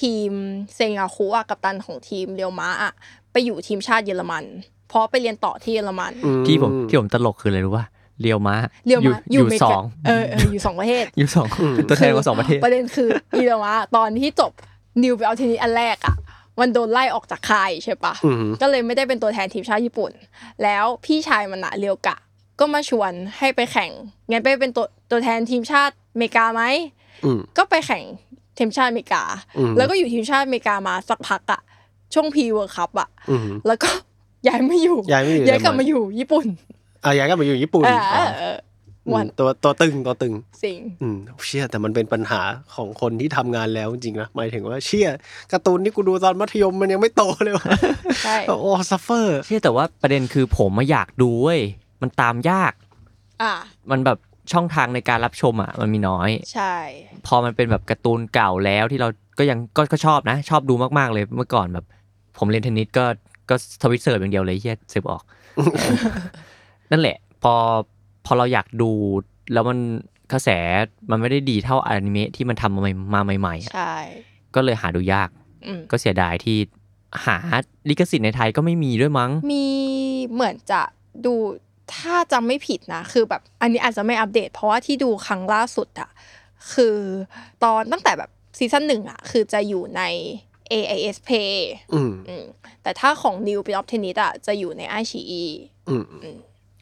Speaker 4: ทีมเซงาคุอะกับตันของทีมเรียวมะอะไปอยู่ทีมชาติเยอรมัน เพราะไปเรียนต่อที่เยอรมัน
Speaker 3: อื
Speaker 2: ที่ผมที่ผมตลกคืออะไรรู้ป่ะเลียวมะ
Speaker 4: เรียว
Speaker 2: อยู่
Speaker 4: มะ
Speaker 2: อยู่
Speaker 4: เมกา
Speaker 2: สอง
Speaker 4: เออเอออยู่สองประเทศ
Speaker 2: อยู่สองเป็นตัวแทนของสองประเทศ
Speaker 4: ประเด็นคืออีเลวะตอนที่จบนิวไปเอาเทนนิสอันแรกอ่ะมันโดนไล่ออกจากค่ายใช่ปะ
Speaker 3: อืม
Speaker 4: ก็เลยไม่ได้เป็นตัวแทนทีมชาติญี่ปุ่น แล้วพี่ชายมันอะเรียวกะ ก็มาชวนให้ไปแข่งงั้นไปเป็นตัวตัวแทนทีมชาติอเมริกาไหม
Speaker 3: อืม
Speaker 4: ก็ไปแข่งทีมชาติอเมริกา
Speaker 3: อืม
Speaker 4: แล้วก็อยู่ทีมชาติอเมริกามาสักพักอะช่วงพีเวิร์คัพอะ
Speaker 3: อืม
Speaker 4: แล้วก็ ย้ายมาอยู่
Speaker 3: ย้ายไม่อยู่
Speaker 4: ย้ายกลับมาอยู่ญี่ปุ่น
Speaker 3: อ่ะย้ายกลับมาอยู่ญี่ปุ่น
Speaker 4: เออ
Speaker 3: อ๋อ
Speaker 4: เออ
Speaker 3: อื
Speaker 4: วั
Speaker 3: ม
Speaker 4: น
Speaker 3: ตัวตัวตึงตัวตึง
Speaker 4: สิง
Speaker 3: อืมเชี่ยแต่มันเป็นปัญหาของคนที่ทำงานแล้วจริงๆนะหมายถึงว่าเชี่ยการ์ตูนที่กูดูตอนมัธยมมันยังไม่โตเลยวะ
Speaker 4: ใช่
Speaker 3: โอ้ซัฟเฟอร์
Speaker 2: เชื่อแต่ว่าประเด็นคือผมมาอยากดูเว้ยมันตามยาก
Speaker 4: อ่ะ
Speaker 2: มันแบบช่องทางในการรับชมอ่ะมันมีน้อย
Speaker 4: ใช่
Speaker 2: พอมันเป็นแบบการ์ตูนเก่าแล้วที่เราก็ยังก็ก็ชอบนะ ชอบดูมากๆเลยเมื่อก่อนแบบ ผมเล่นเทนนิสก็ก็ทวิตเสิร์ชอย่างเดียวเลยเฮียเสิร์ฟออก นั่นแหละ พอพอเราอยากดู แล้วมันกระแสมันไม่ได้ดีเท่าอนิเมะที่มันทำมาใหม่มาใหม่ๆอะ
Speaker 4: ใช่
Speaker 2: ก็เลยหาดูยาก
Speaker 4: อืม
Speaker 2: ก็เสียดายที่หาลิขสิทธิ์ในไทยก็ไม่มีด้วยมั้ง
Speaker 4: มีเหมือนจะดูถ้าจำไม่ผิดนะ คือแบบอันนี้อาจจะไม่อัปเดต เพราะว่าที่ดูครั้งล่าสุดอะคือตอนตั้งแต่แบบซีซั่นหนึ่งอะคือจะอยู่ใน AIS Play
Speaker 3: อืม
Speaker 4: อืมแต่ถ้าของนิวเป็นออฟเทนนิสอะจะอยู่ในไอชีอี
Speaker 3: อืม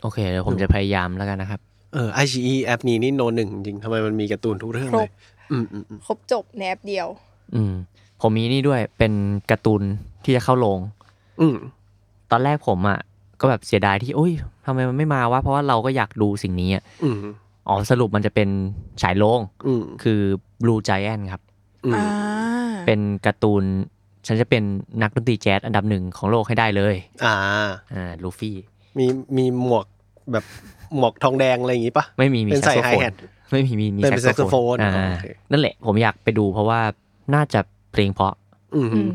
Speaker 2: โอเคเดี๋ยวผมจะพยายามแล้วกันนะครับ
Speaker 3: เออไอชีแอปนี้นี่โนหนึ่งจริงๆทำไมมันมีการ์ตูนทุกเรื่อง
Speaker 4: คร
Speaker 3: เล
Speaker 4: บ
Speaker 3: ยอืมอืมอืม
Speaker 4: ครบจบในแอปเดียว
Speaker 2: อืม ผมมีนี่ด้วยเป็นการ์ตูนที่จะเข้าโรง
Speaker 3: อืม
Speaker 2: ตอนแรกผมอ่ะก็แบบเสียดายที่โอ้ยทำไมมันไม่มาวะเพราะว่าเราก็อยากดูสิ่งนี้อะ
Speaker 3: อืม
Speaker 2: อ๋อสรุปมันจะเป็นฉายโรง
Speaker 3: อืม
Speaker 2: คือ Blue Giant ครับ
Speaker 3: อืม
Speaker 4: อ่า
Speaker 2: เป็นการ์ตูน ฉันจะเป็นนักดนตรีแจ๊สอันดับหนึ่งของโลกให้ได้เลย
Speaker 3: อ่า
Speaker 2: อ่าลูฟี่
Speaker 3: มีมีหมวกแบบหมวกทองแดงอะไรอย่างงี้ปะ
Speaker 2: ไม่มีมี
Speaker 3: เป็น
Speaker 2: แซก
Speaker 3: ใส่
Speaker 2: โซโฟ
Speaker 3: hi-hat
Speaker 2: นไม่มีมีมี
Speaker 3: เป็น
Speaker 2: แซกโซ
Speaker 3: แซกโซ
Speaker 2: โฟน
Speaker 3: โฟน
Speaker 2: อ่า
Speaker 3: อ๋อโอเค
Speaker 2: นั่นแหละผมอยากไปดูเพราะว่าน่าจะเพลงเพราะ
Speaker 3: อืม
Speaker 4: อืม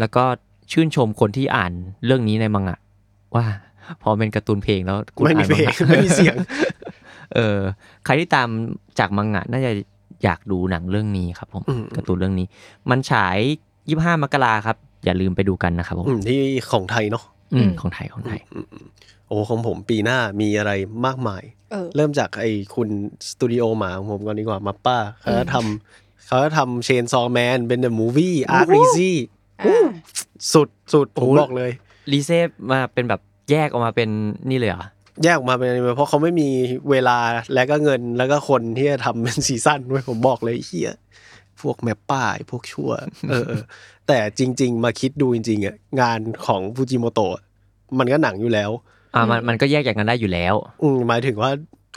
Speaker 2: แล้วก็ชื่นชมคนที่อ่านเรื่องนี้ในมังงะ ว่าพอเป็นการ์ตูนเพลงแล้วคุณ
Speaker 3: ไม่มี
Speaker 2: อ่าน
Speaker 3: เพลง
Speaker 2: มังงะ
Speaker 3: ไม่มีเสียง
Speaker 2: เออใครที่ตามจากมังงะน่าจะอยากดูหนังเรื่องนี้ครับผม
Speaker 3: อืม
Speaker 2: การ์ตูนเรื่องนี้ มันฉาย 25 มกราครับ อย่าลืมไปดูกันนะครับผม
Speaker 3: อืมที่ของไทยเนาะ
Speaker 2: อืมของไทยของไทย
Speaker 3: อืมอืมโอ้ของผมปีหน้ามีอะไรมากมาย
Speaker 4: เออ
Speaker 3: เริ่มจากไอ้คุณสตูดิโอหมาของผมก่อนดีกว่ามาป้าเขาจะทำเขาจะทำเชนซอแมนเป็นเดอะมูวี่อาร์ครีซี่
Speaker 4: อ่า
Speaker 3: สุดสุดผม
Speaker 2: โอ้โห
Speaker 3: บอกเลย
Speaker 2: รีเซฟมาเป็นแบบแยกออกมาเป็นนี่เลยเหรอ
Speaker 3: แยกออกมาเป็นอนิเมะเพราะเขาไม่มีเวลาและก็เงินแล้วก็คนที่จะทำเป็นซีซั่นด้วยผมบอกเลยเฮียพวกแมปป้าไอ้พวกชั่ว เออเออ แต่จริง ๆ มาคิดดูจริงๆอ่ะงานของฟูจิโมโตะมันก็หนังอยู่แล้ว
Speaker 2: อ่า
Speaker 4: อืม
Speaker 2: มันมันก็แยกอย่างกันได้อยู่แล้ว
Speaker 3: อืมหมายถึงว่า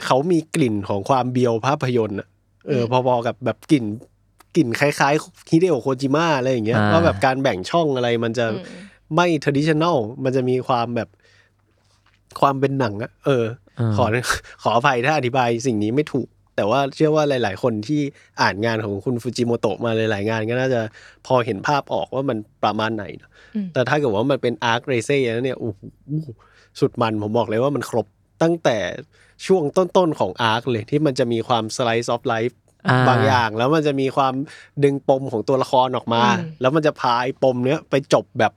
Speaker 3: เขามีกลิ่นของความเบียวภาพยนตร์อะเออ พอๆกับแบบกลิ่นกลิ่นคล้ายๆฮิเดโอโคจิมะอะไรอย่างเงี้ย
Speaker 2: อ่า
Speaker 3: ว่าแบบการแบ่งช่องอะไรมันจะ
Speaker 4: อืม
Speaker 3: ไม่ traditional มันจะมีความแบบความเป็นหนังอะเออ
Speaker 2: เออ
Speaker 3: ขอ ขออภัยถ้าอธิบายสิ่งนี้ไม่ถูก แต่ว่าเชื่อว่าหลาย ๆ คนที่อ่านงานของคุณฟูจิโมโตะมาหลาย ๆ งานก็น่าจะพอเห็นภาพออกว่ามันประมาณไหนเนอะ
Speaker 4: อืม
Speaker 3: แต่ถ้าเกิดว่ามันเป็นอาร์คเรเซ่แล้วเนี่ยโอ้โหสุดมันผมบอกเลยว่ามันครบตั้งแต่ช่วงต้น ๆ ของอาร์คเลยที่มันจะมีความสไลซ์ออฟไลฟ์บางอย่าง แล้วมันจะมีความดึงปมของตัวละครออกมา
Speaker 4: อืม
Speaker 3: แล้วมันจะพาไอ้ปมเนี้ยไปจบแบบ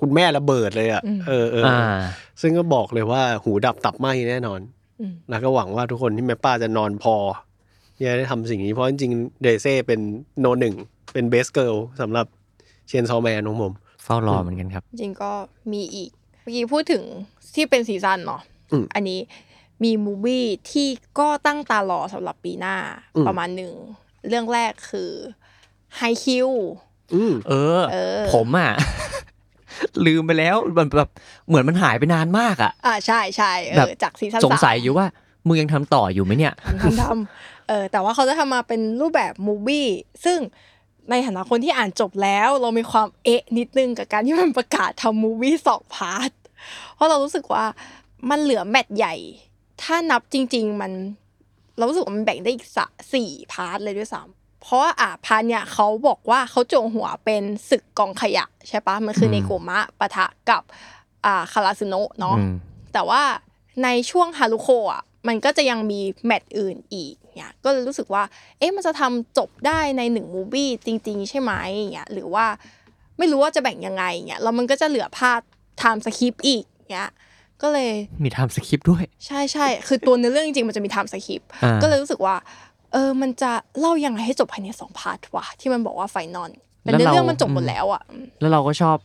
Speaker 3: คุณแม่ระเบิดเลยอ่ะ
Speaker 4: อืม
Speaker 3: เออเออ
Speaker 2: อ่า
Speaker 3: ซึ่งก็บอกเลยว่าหูดับตับไหมแน่นอน
Speaker 4: อืม
Speaker 3: แล้วก็หวังว่าทุกคนที่แม่ป้าจะนอนพอที่จะได้ทำสิ่งนี้ เพราะจริงๆเดเซ่เป็นโนหนึ่ง เป็นเบสเกิลสำหรับเชนซอแมนของผม
Speaker 2: เฝ้ารอเหมือนกันครับ
Speaker 4: จริงก็มีอีก เมื่อกี้พูดถึงที่เป็นซีซั่นเนาะ
Speaker 3: อืม
Speaker 4: อันนี้มีมูวี่ที่ก็ตั้งตารอสำหรับปีหน้า
Speaker 3: อืม
Speaker 4: ประมาณหนึ่ง เรื่องแรกคือไฮคิว
Speaker 3: อืม
Speaker 2: เออ
Speaker 4: เออ
Speaker 2: ผมอ่ะ ลืมไปแล้วมันแบบเหมือนมันหายไปนานมากอ่ะ
Speaker 4: อ่าใช่ใช่เอ
Speaker 2: แบ
Speaker 4: อบ จากซีซั่น
Speaker 2: สงสัยอยู่ว่ามึงยังทำต่ออยู่ไหมเนี่ย
Speaker 4: ทำทำท ำเออแต่ว่าเขาจะทำมาเป็นรูปแบบมูวี่ซึ่งในฐานะคนที่อ่านจบแล้ว เรามีความเอ๊ะนิดนึงกับการที่มันประกาศทำมูวี่สองพาร์ท เพราะเรารู้สึกว่ามันเหลือแมตช์ใหญ่ ถ้านับจริง ๆ มัน เรารู้สึกว่ามันแบ่งได้อีกสะสี่พาร์ทเลยด้วยซ้ำเพราะว่าอ่ะพาร์ทเนี่ยเขาบอกว่าเขาโจงหัวเป็นศึกกองขยะใช่ปะมันคือ
Speaker 2: ม
Speaker 4: เนโกมะปะทะกับอ่าคาราซึโนะเนาะ
Speaker 2: อืม
Speaker 4: แต่ว่าในช่วงฮารุโคอ่ะมันก็จะยังมีแมตช์อื่นอีกเนี่ยก็เลยรู้สึกว่า เอ๊ะมันจะทำจบได้ในหนึ่งมูวี่จริง ๆ ใช่ไหมเนี่ยหรือว่าไม่รู้ว่าจะแบ่งยังไงเนี่ยแล้วมันก็จะเหลือพาดไทม์สคริปอีกเนี่ยก็เลย
Speaker 2: มีทำสคริปต์ด้วย
Speaker 4: ใช่ใช่คือตัวเนื้อเรื่องจริงๆมันจะมีไทม์สคริป
Speaker 2: อ่า
Speaker 4: ก็เลยรู้สึกว่าเออมันจะเล่ายังไงให้จบภายในสองพาร์ทวะที่มันบอกว่าไฟนอลแต่เนื้อเรื่องมันจบหมดแล้วอ่ะอืม
Speaker 2: แล้วเราก็ชอบ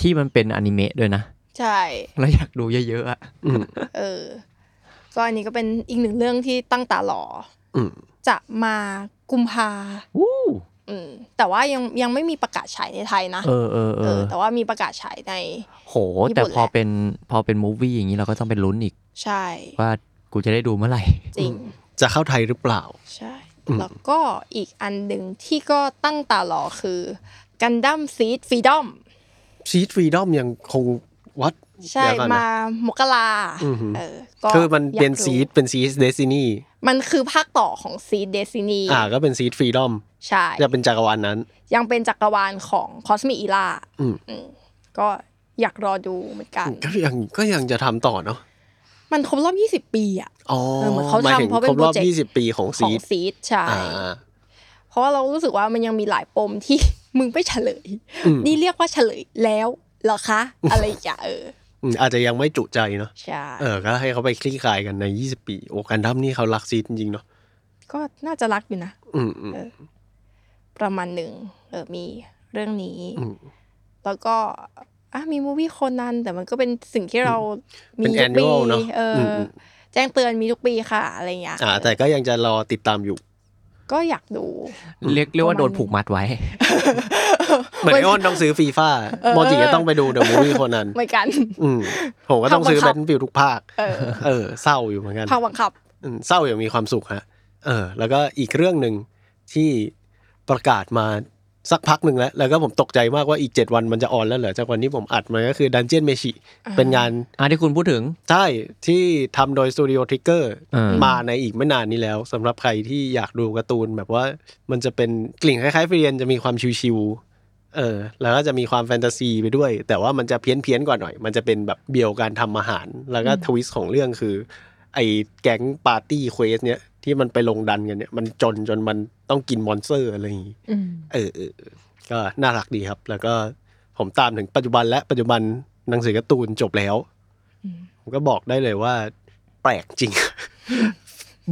Speaker 2: ที่มันเป็นอนิเมะด้วยนะ
Speaker 4: ใช่
Speaker 2: เราอยากดูเยอะๆอะ
Speaker 3: อืม
Speaker 4: เออ ก็อันนี้ก็เป็นอีกหนึ่งเรื่องที่ตั้งตารอ
Speaker 3: อืม
Speaker 4: จะมากุมภา
Speaker 2: วู้
Speaker 4: อืม แต่ว่ายังยังไม่มีประกาศฉายในไทยนะ
Speaker 2: เออเออเอ
Speaker 4: เอ
Speaker 2: อ
Speaker 4: อแต่ว่ามีประกาศฉายใน
Speaker 2: โห
Speaker 4: ญี่ปุ่น
Speaker 2: แต่พอ
Speaker 4: แหละ
Speaker 2: เป็นพอเป็นมูฟวี่อย่างนี้เราก็ต้องไปลุ้นอีก
Speaker 4: ใช่
Speaker 2: ว่ากูจะได้ดูเมื่อไหร่
Speaker 4: จริง
Speaker 3: จะเข้าไทยหรือเปล่า
Speaker 4: ใช่ แล้วก็อีกอันหนึ่งที่ก็ตั้งตารอคือกันดั้มซีดฟรีดอม
Speaker 3: ชี f ฟรีดอมยังคงวัด
Speaker 4: ใช่
Speaker 3: เดี๋ยวก่อนนะ
Speaker 4: มามกรา
Speaker 3: อือหือ
Speaker 4: เออก็
Speaker 3: คือมันเป็น
Speaker 4: อยากรู้
Speaker 3: ซีดเป็นซีดเดซินี
Speaker 4: มันคือภาคต่อของซีดเดซินี
Speaker 3: อ่าก็เป็นซีดฟรีดอม
Speaker 4: ใช่
Speaker 3: จะเป็นจักรวาลนั้น
Speaker 4: ยังเป็นจักรวาลของคอสมิอีล่า
Speaker 3: อืม
Speaker 4: ก็อยากรอดูเหมือนกัน
Speaker 3: ก็ยังก็ยังจะทำต่อเนาะ
Speaker 4: มันครบรอบ 20 ปีอ่ะ
Speaker 3: อ๋อ
Speaker 4: เออเหมือนเขา
Speaker 3: หมายถึง
Speaker 4: ทำเพราะเป็น
Speaker 3: ครบรอบ
Speaker 4: โปรเจกต์
Speaker 3: ยี่สิบปีของ
Speaker 4: ขอ
Speaker 3: ซี
Speaker 4: ง
Speaker 3: ด
Speaker 4: ซีดใช่
Speaker 3: อ่า
Speaker 4: เพราะว่าเรารู้สึกว่ามันยังมีหลายปมที่ มึงไม่เฉลย
Speaker 3: อืม
Speaker 4: นี่เรียกว่าเฉลยแล้วเหรอคะ อะไรอย่างเงี้ยเออ
Speaker 3: อืมอาจจะยังไม่จุใจเนาะ
Speaker 4: ใช่
Speaker 3: เออก็ให้เขาไปคลี่คลายกันในยี่สิบปีโอ้กันดั้มนี่เขารักซีดจริงๆเนาะ
Speaker 4: ก็น่าจะรักอยู่นะ
Speaker 3: อืมอืม
Speaker 4: ประมาณหนึ่งเออมีเรื่องนี้
Speaker 3: อืม
Speaker 4: แล้วก็อ่ะมีมูวี่โคนันแต่มันก็เป็นสิ่งที่เรามี
Speaker 3: เป็นแอ
Speaker 4: ทุ
Speaker 3: น
Speaker 4: ก
Speaker 3: น
Speaker 4: ปี
Speaker 3: วลเนาะ
Speaker 4: เออ
Speaker 3: ม
Speaker 4: อ
Speaker 3: ม
Speaker 4: แจ้งเตือนมีทุกปีค่ะอะไรอย่างเงี้ย
Speaker 3: อ่า แต่ก็ยังจะรอติดตามอยู่
Speaker 4: ก็อยากดู
Speaker 2: เรียกเรียกว่าโดนผูกมัดไว้
Speaker 3: เหมือนไอออนต้องซื้อฟีฟ่ามอจิก็ต้องไปดูเดอะมูวี่คนนั้น
Speaker 4: เหมือนกัน
Speaker 3: อืมผมก็ต้องซื้อแบทวิวทุกภาค
Speaker 4: เออ
Speaker 3: เออ เศร้าอยู่เหมือนกัน
Speaker 4: ภาคบังคับ
Speaker 3: อืมเศร้าอย่างมีความสุขฮะ เออ แล้วก็อีกเรื่องหนึ่งที่ประกาศมาสักพักหนึ่งแล้ว แล้วก็ผมตกใจมากว่าอีก 7 วันมันจะออนแล้วเหรอ จากวันที่ผมอัดมาก็คือ Dungeon m e s h i เป็นงาน
Speaker 2: อ่ะที่คุณพูดถึง
Speaker 3: ใช่ที่ทำโดย Studio Trigger
Speaker 2: เออ
Speaker 3: มาในอีกไม่นานนี้แล้วสำหรับใครที่อยากดูการ์ตูนแบบว่ามันจะเป็นกลิ่นคล้ายๆเฟรียนจะมีความชิวๆเออ แล้วก็จะมีความแฟนตาซีไปด้วย แต่ว่ามันจะเพี้ยนๆกว่าหน่อย มันจะเป็นแบบเบียวการทำอาหาร แล้วก็ทวิสต์ของเรื่องคือ ไอ้แก๊งปาร์ตี้เควสเนี่ยที่มันไปลงดันกันเนี่ย มันจนจนมันต้องกินมอนสเตอร์อะไรอย่างงี้
Speaker 4: อืม
Speaker 3: เออเออเออก็น่ารักดีครับ แล้วก็ผมตามถึงปัจจุบันและปัจจุบันหนังสือการ์ตูนจบแล้ว
Speaker 4: อืม
Speaker 3: ผมก็บอกได้เลยว่า แปลกจริง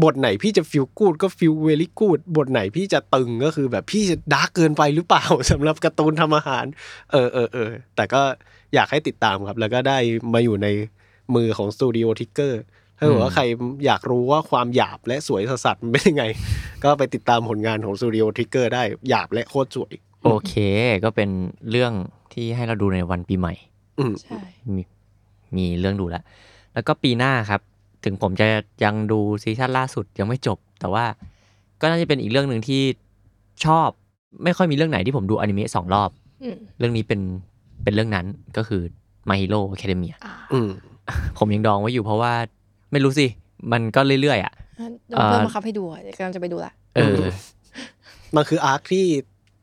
Speaker 3: บทไหนพี่จะฟิลกูดก็ฟิลเวลี่กูดบทไหนพี่จะตึงก็คือแบบพี่จะดาร์กเกินไปหรือเปล่า สำหรับการ์ตูนทำอาหาร เออเออเออแต่ก็อยากให้ติดตามครับ แล้วก็ได้มาอยู่ในมือของสตูดิโอทิกเกอร์ถ้าเกิดว่าใครอยากรู้ว่าความหยาบและสวยสัสๆมันเป็นยังไง ก็ไปติดตามผลงานของสตูดิโอทิกเกอร์ได้หยาบและโคตรสวย
Speaker 2: โอเค ก็เป็นเรื่องที่ให้เราดูในวันปีใหม่
Speaker 3: อืม
Speaker 4: ใช่
Speaker 2: มีมีเรื่องดูแล้ว แล้วก็ปีหน้าครับ ถึงผมจะยังดูซีซั่นล่าสุดยังไม่จบ แต่ว่าก็น่าจะเป็นอีกเรื่องหนึ่งที่ชอบ ไม่ค่อยมีเรื่องไหนที่ผมดูอนิเมะสองรอบ
Speaker 4: อืม
Speaker 2: เรื่องนี้เป็นเป็นเรื่องนั้นก็คือ My Hero Academia
Speaker 4: อ่า
Speaker 3: อืม
Speaker 2: ผมยังดองไว้อยู่เพราะว่าไม่รู้สิ มันก็เรื่อยๆอ่ะ
Speaker 4: เดี๋ยวเพิ่มมาคับให้ดูอ่ะเดี๋ยวกำลังจะไปดูละ
Speaker 2: เออ
Speaker 3: มันคืออาร์คที่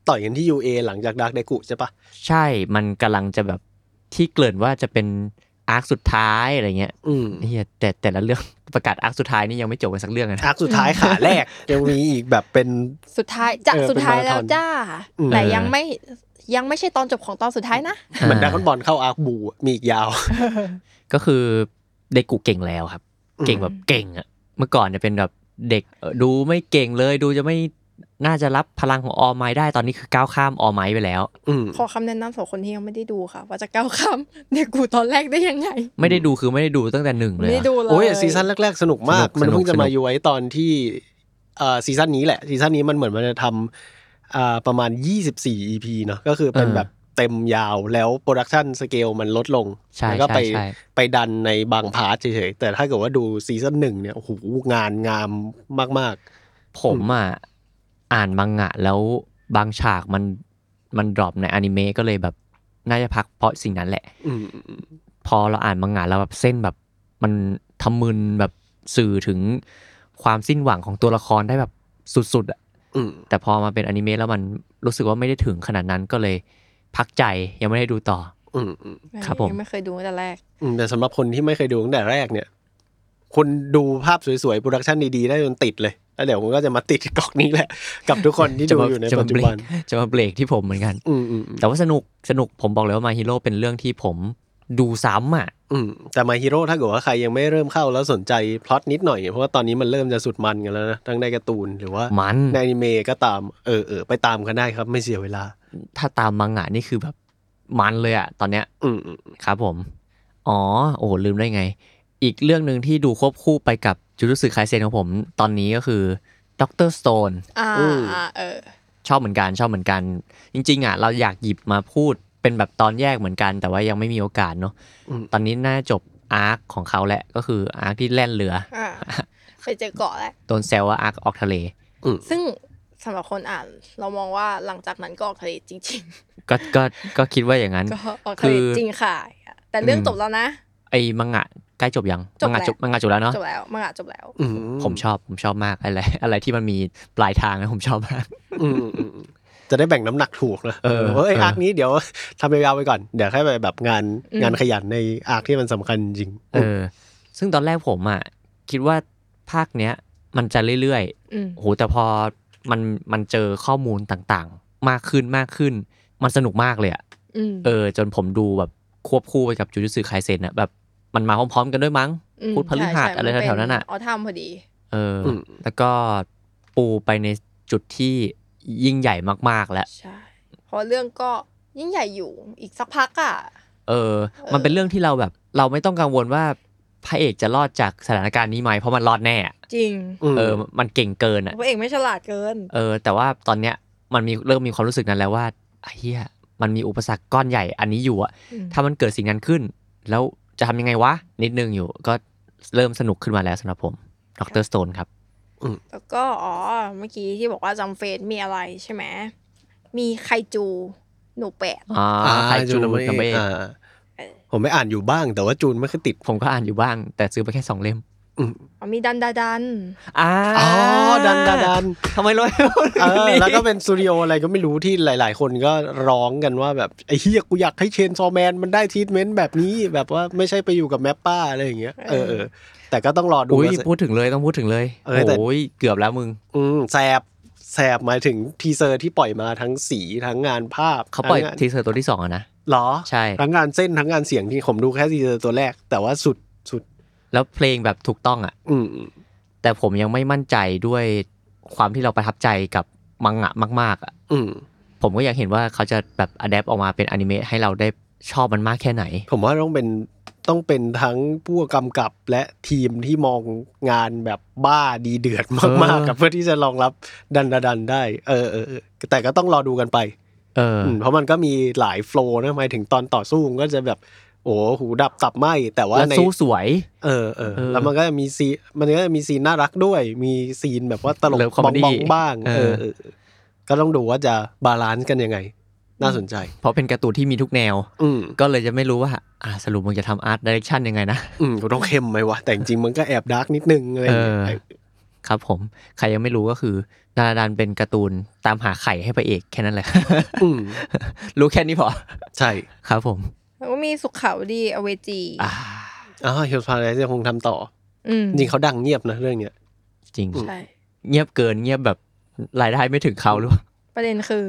Speaker 3: ต่อยกันที่ UA หลังจากดาร์กไดกุใช่ปะ
Speaker 2: ใช่ มันกำลังจะแบบที่เกริ่นว่าจะเป็นอาร์คสุดท้ายอะไรเงี้ย
Speaker 3: อืม
Speaker 2: เฮียแต่แต่ละเรื่องประกาศอาร์คสุดท้ายนี่ยังไม่จบกันสักเรื่องเลยนะ
Speaker 3: อาร์คสุดท้ายขา แรก ยังมีอีกแบบเป็น
Speaker 4: สุดท้ายจะ
Speaker 3: เออ
Speaker 4: สุดท้าย
Speaker 3: เป็นมา
Speaker 4: แล้
Speaker 3: ราว ธอน
Speaker 4: จ้า
Speaker 3: อืม
Speaker 4: แต่ยังไม่ยังไม่ใช่ตอนจบของตอนสุดท้ายนะ
Speaker 3: เหมือนดักบอลเข้าอาร์คบูอะมีอีกยาว
Speaker 2: ก็คือเด็กกูเก่งแล้วครับ
Speaker 3: อืม
Speaker 2: เก่งแบบเก่งอะเมื่อก่อนเนี่ยเป็นแบบเด็กเอ่อดูไม่เก่งเลยดูจะไม่น่าจะรับพลังของออไมได้ตอนนี้คือก้าวข้ามออไมไปแล้ว
Speaker 3: อืม
Speaker 4: ขอคำแนะนำสำหรับคนที่ยังไม่ได้ดูค่ะ ว่าจะก้าวข้ามเด็กกูตอนแรกได้ยังไง
Speaker 2: ไม่ได้ดูคือไม่ได้ดูตั้งแต่หนึ่งเล
Speaker 4: ไม่
Speaker 2: ย
Speaker 4: ได้
Speaker 2: อะ
Speaker 4: ดูเลย
Speaker 3: โอ้ยซีซั่นแรก ๆ สนุกมาก
Speaker 2: สนุก
Speaker 3: มันเพิ่ง
Speaker 2: ส
Speaker 3: จะ
Speaker 2: นุก
Speaker 3: มาอยู่ไว้ตอนที่เอ่อซีซั่นนี้แหละ ซีซั่นนี้มันเหมือนมันจะทำอ่าประมาณ 24 EP เนอะก็คือเป็นแบบเต็มยาวแล้วโปรดักชันสเกลมันลดลง
Speaker 2: ใช่
Speaker 3: แล้วก็
Speaker 2: ใช่
Speaker 3: ไป
Speaker 2: ใช่
Speaker 3: ไปดันในบางพาร์ทเฉยๆ แต่ถ้าเกิดว่าดูซีซั่นหนึ่งเนี่ย โอ้โห งานงามมาก
Speaker 2: ผมอ่ะอ่านมังงะแล้วบางฉากมันมันดรอปในอนิเมะก็เลยแบบน่าจะพักเพราะสิ่งนั้นแหละ
Speaker 3: ๆ อืม
Speaker 2: พอเราอ่านมังงะแล้วแบบเส้นแบบ มันทำมึนแบบสื่อถึงความสิ้นหวังของตัวละครได้แบบสุดๆอะ
Speaker 3: อืม
Speaker 2: แต่พอมาเป็นอนิเมะแล้วมันรู้สึกว่าไม่ได้ถึงขนาดนั้นก็เลยพักใจยังไม่ได้ดูต่อ
Speaker 3: อืมอืม
Speaker 2: ครับผม
Speaker 4: ยังไม่เคยดูตั้งแต่แรก
Speaker 3: อืมแต่สำหรับคนที่ไม่เคยดูตั้งแต่แรกเนี่ย คุณดูภาพสวยๆ โปรดักชันดีๆ ได้จนติดเลย แล้วเดี๋ยวผมก็จะมาติดกอกนี้แหละ กับทุกคนที่ดูอยู่ใน
Speaker 2: จะ
Speaker 3: ปั
Speaker 2: มา
Speaker 3: จ
Speaker 2: เบ
Speaker 3: จุ
Speaker 2: ร
Speaker 3: บั
Speaker 2: ก
Speaker 3: น
Speaker 2: จะมาเบรกที่ผมเหมือนกัน
Speaker 3: อืมอืมอืม
Speaker 2: แต่ว่าสนุกสนุกผมบอกเลยว่ามาฮีโร่เป็นเรื่องที่ผมดูซ้ำอ่ะ
Speaker 3: อืมแต่มาฮีโร่ถ้าเกิดว่าใครยังไม่เริ่มเข้าแล้วสนใจพล็อตนิดหน่อยเนี่ยเพราะว่าตอนนี้มันเริ่มจะสุดมันกันแล้วนะทั้งในการ์ตูนหรือว่า
Speaker 2: มัน
Speaker 3: ในอนิเมะก็ตามเออเออไปตามกันได้ครับ ไม่เสียเวลา
Speaker 2: ถ้าตามมังงะนี่คือแบบมันเลยอ่ะ ตอนเนี้ย
Speaker 3: อืมอืม
Speaker 2: ครับผม อ๋อ โอ้ลืมได้ไง อีกเรื่องหนึ่งที่ดูควบคู่ไปกับจูรุสึไคเซนของผม ตอนนี้ก็คือด็อกเตอร์สโตน
Speaker 4: อ่าอ่าเออ
Speaker 2: ชอบเหมือนกันชอบเหมือนกัน จริง ๆอ่ะเราอยากหยิบมาพูดเป็นแบบตอนแยกเหมือนกัน แต่ว่ายังไม่มีโอกาสเนาะ
Speaker 3: อืม
Speaker 2: ตอนนี้น่าจบอาร์คของเขาแหละก็คืออาร์คที่แล่นเรือ
Speaker 4: อ่าไปเจอเกาะแล้ว
Speaker 2: โดนแซวว่าอาร์คออกทะเล
Speaker 4: ซึ่งสำหรับคนอ่านเรามองว่าหลังจากนั้นก็ออกทะเลจริง
Speaker 2: ก็ก็ก็คิดว่าอย่างนั้น
Speaker 4: ๆ ก็ออกทะ
Speaker 2: คื
Speaker 4: เล
Speaker 2: อ
Speaker 4: จริงค่ะ แต่เรื่อง
Speaker 2: อืม
Speaker 4: จบแล้วนะ
Speaker 2: ไอ้มังงะใกล้จบยัง
Speaker 4: จบ
Speaker 2: มังงะ
Speaker 4: แล้ว
Speaker 2: จบมังงะจบแล้วเนาะ
Speaker 4: จบแล้วมังงะจบแล้ว
Speaker 3: อื
Speaker 2: ผมชอบผมชอบมากอะไรอะไรที่มันมีปลายทางนะผมชอบมาก
Speaker 3: อืมอืมอืมจะได้แบ่งน้ำหนักถูกนะ
Speaker 2: เออ
Speaker 3: เฮ้ย
Speaker 2: เออ
Speaker 3: อาร์คนี้เดี๋ยว ทำยาวๆไปก่อน เดี๋ยวแค่ไปแบบงาน
Speaker 4: อืม
Speaker 3: งานขยันในอาร์คที่มันสำคัญจริง
Speaker 2: เออ ซึ่งตอนแรกผมอ่ะคิดว่าภาคเนี้ยมันจะเรื่อยๆ
Speaker 4: อืม
Speaker 2: โอ้โหแต่พอมันมันเจอข้อมูลต่างๆ มากขึ้นมากขึ้น มันสนุกมากเลยอะ
Speaker 4: อืม
Speaker 2: เออ จนผมดูแบบควบคู่ไปกับจูจูสึไคเซนอะแบบมันมาพร้อมๆ กันด้วยมั้ง
Speaker 4: อืม
Speaker 2: พุธพฤหัส
Speaker 4: ใช่
Speaker 2: อะไร
Speaker 4: มัเป็
Speaker 2: แถวๆนั้นอะ
Speaker 4: ออทามพอดี
Speaker 2: เอออ
Speaker 3: อืม
Speaker 2: แล้วก็ปูไปในจุดที่ยิ่งใหญ่มากๆแล้ว
Speaker 4: ใช่ เพราะเรื่องก็ยิ่งใหญ่อยู่อีกสักพักอ่ะ
Speaker 2: เออ มันเป็นเรื่องที่เราแบบ เราไม่ต้องกังวลว่าพระเอกจะรอดจากสถานการณ์นี้ไหมเพราะมันรอดแน่อะ
Speaker 4: จริง
Speaker 3: ม
Speaker 2: เออ มันเก่งเกินอะ
Speaker 4: พระเอกไม่ฉลาดเกิน
Speaker 2: เออแต่ว่าตอนเนี้ยมันมีเริ่มมีความรู้สึกนั้นแล้วว่าไอ้เฮียมันมีอุปสรรคก้อนใหญ่อันนี้อยู่อะ
Speaker 4: อืม
Speaker 2: ถ้ามันเกิดสิ่งนั้นขึ้น แล้วจะทำยังไงวะ นิดนึงอยู่ก็เริ่มสนุกขึ้นมาแล้วสำหรับผมดรสโตนครับ
Speaker 4: แล้วก็อ๋อเมื่อกี้ที่บอกว่าจำเฟสมีอะไรใช่ไหมมีไคจูหนูแปด
Speaker 2: อ่าไคจู
Speaker 3: น
Speaker 2: กับเบ
Speaker 3: อ่า
Speaker 4: เออ
Speaker 3: ผมไม่อ่านอยู่บ้าง แต่ว่าจูนไม่ค่อยติด
Speaker 2: ผมก็อ่านอยู่บ้าง แต่ซื้อไปแค่สองเล่ม
Speaker 4: อ๋อมีดันดาดัน
Speaker 2: อ๋อ
Speaker 3: อ๋อ ดันดันดัน
Speaker 2: ทำไมร้อย
Speaker 3: เออแล้วก็เป็นสตูดิโออะไรก็ไม่รู้ที่หลาย ๆ คนก็ร้องกันว่าแบบไอ้เฮียกูอยากให้เชนซอว์แมนมันได้ทรีทเมนต์แบบนี้แบบว่าไม่ใช่ไปอยู่กับแมปป้าอะไรอย่างเงี้ยเออเออแต่ก็ต้องรอดู
Speaker 2: อุ้ย
Speaker 3: ว่า
Speaker 2: พูดถึงเลยต้องพูดถึงเลย
Speaker 3: เออแต่
Speaker 2: โอ้ยเกือบแล้วมึง
Speaker 3: อืมแสบแสบหมายถึงทีเซอร์ที่ปล่อยมาทั้งสีทั้งงานภาพ
Speaker 2: เขาปล่อย
Speaker 3: ทั้งงน
Speaker 2: ทีเซอร์ตัวที่สองอะนะ
Speaker 3: หรอ
Speaker 2: ใช่
Speaker 3: ทั้งงานเส้นทั้งงานเสียงที่ผมดูแค่ทีเซอร์ตัวแรก แต่ว่าสุดสุด
Speaker 2: แล้วเพลงแบบถูกต้องอะ
Speaker 3: อืมอืม
Speaker 2: แต่ผมยังไม่มั่นใจด้วยความที่เราประทับใจกับมังงะมากๆอะ
Speaker 3: อืม
Speaker 2: ผมก็อยากเห็นว่าเขาจะแบบอัดแอปออกมาเป็นอนิเมะให้เราได้ชอบมันมากแค่ไหน
Speaker 3: ผมว่าต้องเป็นต้องเป็นทั้งผู้กำกับและทีมที่มองงานแบบบ้าดีเดือดมาก
Speaker 2: เออ
Speaker 3: ๆกับเพื่อที่จะรองรับดันดะดันได้ เออเออเออแต่ก็ต้องรอดูกันไป
Speaker 2: เอออ
Speaker 3: มเพราะมันก็มีหลายโฟล์นะหมายถึงตอนต่อสู้มันก็จะแบบ โอ้โหหูดับตับไหมแต่ว่า
Speaker 2: แล้ว
Speaker 3: ใน
Speaker 2: สู้สวย
Speaker 3: เออเออ
Speaker 2: เออ
Speaker 3: แล้วมันก็จะมีซีมันก็จะมีซีนน่ารักด้วย มีซีนแบบว่าตลก
Speaker 2: เลิฟคอบ ม
Speaker 3: อง
Speaker 2: เมดี้
Speaker 3: บองบ้าง
Speaker 2: เอ
Speaker 3: เอ
Speaker 2: อ
Speaker 3: อเออเออก็ต้องดูว่าจะบาลานซ์กันยังไง น่าสนใจ
Speaker 2: เพราะเป็นการ์ตูนที่มีทุกแนว
Speaker 3: อืม
Speaker 2: ก็เลยจะไม่รู้ว่าอ่าสรุปมึงจะทำอาร์ตดิเรกชันยังไงนะ
Speaker 3: อืมก็ต้องเข้มไหมวะแต่จริงๆมันก็แอบดาร์กนิดนึงอะไรอย่างเงี้ย
Speaker 2: เออ ครับผม ใครยังไม่รู้ก็คือนาราดานเป็นการ์ตูนตามหาไข่ให้พระเอกแค่นั้นแหละ
Speaker 3: อืม
Speaker 2: รู้แค่นี้พอ
Speaker 3: ใช่
Speaker 2: ครับผม
Speaker 4: แล้วก็มีสุขขาวดีอเวจี
Speaker 2: อ่า
Speaker 3: อ๋อเฮลส์พาราไดยังคงทำต่อ
Speaker 4: อืม
Speaker 3: อจริงเขาดังเงียบนะเรื่องเนี้ย
Speaker 2: จริง
Speaker 4: ใช่
Speaker 2: เงียบเกินเงียบแบบรายได้ไม่ถึงเขาหรือเปล่า
Speaker 4: ประเด็นคือ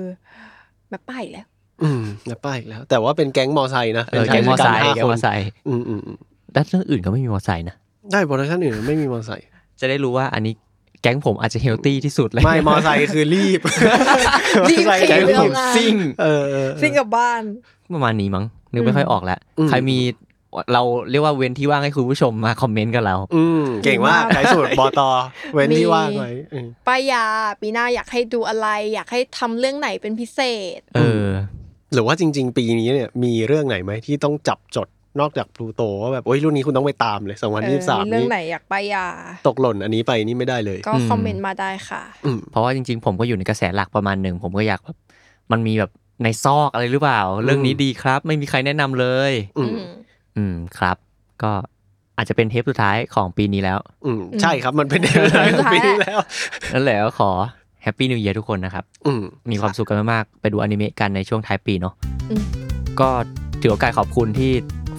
Speaker 4: แมปป้าอีกแล้ว
Speaker 3: อืมแล้วป้าอีกแล้ว แต่ว่าเป็นแก๊งมอไซค์นะ
Speaker 2: เอ
Speaker 3: เป็น
Speaker 2: อ
Speaker 3: ชา
Speaker 2: แก
Speaker 3: ย
Speaker 2: มอ
Speaker 3: ชะ
Speaker 2: ไซ
Speaker 3: กัน
Speaker 2: ค์
Speaker 3: ห้า
Speaker 2: แก
Speaker 3: ค
Speaker 2: มอน ไซค์
Speaker 3: อืมอืมอืม
Speaker 2: แล้วเรื่องอื่นก็ไม่มีมอไซค์นะ
Speaker 3: ได้โปรดักชั่นอื่นไม่มีมอไซค์
Speaker 2: จะได้รู้ว่าอันนี้แก๊งผมอาจจะเฮลตี้ที่สุดเลย
Speaker 3: ไม่มอไซค์คือรีบ
Speaker 4: รีบขี่
Speaker 3: แก๊ง
Speaker 4: เรื่อง
Speaker 3: ผม
Speaker 4: งาน
Speaker 2: ซิ่ง
Speaker 3: เออเออเออ
Speaker 4: ซิ่งกลับบ้าน
Speaker 2: ประมาณนี้มั้งนึกไม่ค่อยออกแล้ว
Speaker 3: อืม
Speaker 2: ใครมีเราเรียกว่าเว้นที่ว่างให้คุณผู้ชมมาคอมเมนต์กับเรา
Speaker 3: อืมเก่งมาก
Speaker 4: เก่งมาก
Speaker 3: สายสุด บอตอเว้น
Speaker 4: มี
Speaker 3: ที่ว่างไว้อืม
Speaker 4: ป้ายาปีหน้าอยากให้ดูอะไร อยากให้ทำเรื่องไหนเป็นพิเศษ
Speaker 2: เออ
Speaker 3: หรือว่าจริง ๆ ปีนี้เนี่ยมีเรื่องไหนไหมที่ต้องจับจดนอกจากพลูโตว่าแบบโอ้ยรุ่นนี้คุณต้องไปตามเลยสองวัน
Speaker 4: เอ
Speaker 3: ยี่
Speaker 4: อ
Speaker 3: สาม
Speaker 4: มีเรื่อง
Speaker 3: นี้
Speaker 4: ไหนอยากป้ายา
Speaker 3: ตกหล่นอันนี้ไปนี่ไม่ได้เลย
Speaker 4: ก็
Speaker 2: อืม
Speaker 4: คอมเมนต์มาได้ค่ะ
Speaker 3: อืม
Speaker 2: เพราะว่าจริงๆ ผมก็อยู่ในกระแสหลักประมาณหนึ่ง ผมก็อยากแบบมันมีแบบในซอกอะไรหรือเปล่า เรื่องนี้ดีครับ ไม่มีใครแนะนำเลย
Speaker 3: อืม
Speaker 4: อืม
Speaker 2: อืมครับ ก็อาจจะเป็นเทปสุดท้ายของปีนี้แล้ว
Speaker 3: อืมใช่ครับมันเป็นเรื่องของปีนี้แล้ว
Speaker 2: นั่นแหละก็ขอแฮปปี้นิวเยทุกคนนะครับ
Speaker 3: อืม
Speaker 2: มีความสุขกันมากๆ ไปดูอนิเมะกันในช่วงท้ายปีเนาะ
Speaker 4: อืม
Speaker 2: ก็ถือโอกาสขอบคุณที่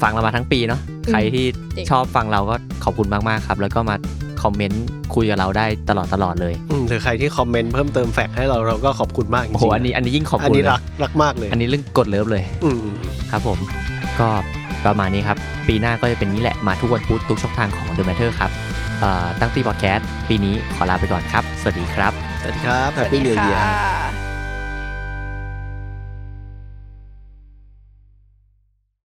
Speaker 2: ฟังเรามาทั้งปีเนาะ ใครที่
Speaker 4: จริง
Speaker 2: ชอบฟังเราก็ขอบคุณมากๆครับ แล้วก็มาคอมเมนต์คุยกับเราได้ตลอดตลอดๆเลย
Speaker 3: อืมหรือใครที่คอมเมนต์เพิ่มเติมแฟกให้เราเราก็ขอบคุณมากจริง
Speaker 2: โอ้โห อันนี้อันนี้ยิ่งขอบ
Speaker 3: อัน
Speaker 2: คุณ
Speaker 3: นี้
Speaker 2: เลย
Speaker 3: รักรักมากเลย
Speaker 2: อันนี้เรื่องกดเลิฟเลย
Speaker 3: อืม
Speaker 2: ครับผม ก็ประมาณนี้ครับ ปีหน้าก็จะเป็นนี้แหละ มาทุกวันพุธทุกช่องทางของ The Matter ครับเอ่อตั้งตีพอดแคสต์ปีนี้ขอลาไปก่อนครับ สวัสดีครับ
Speaker 3: สวัสดีครับ
Speaker 4: ส
Speaker 3: แฮป
Speaker 4: วัส
Speaker 3: ปี้
Speaker 4: ดี
Speaker 3: นิวเยีย
Speaker 4: ค่ะ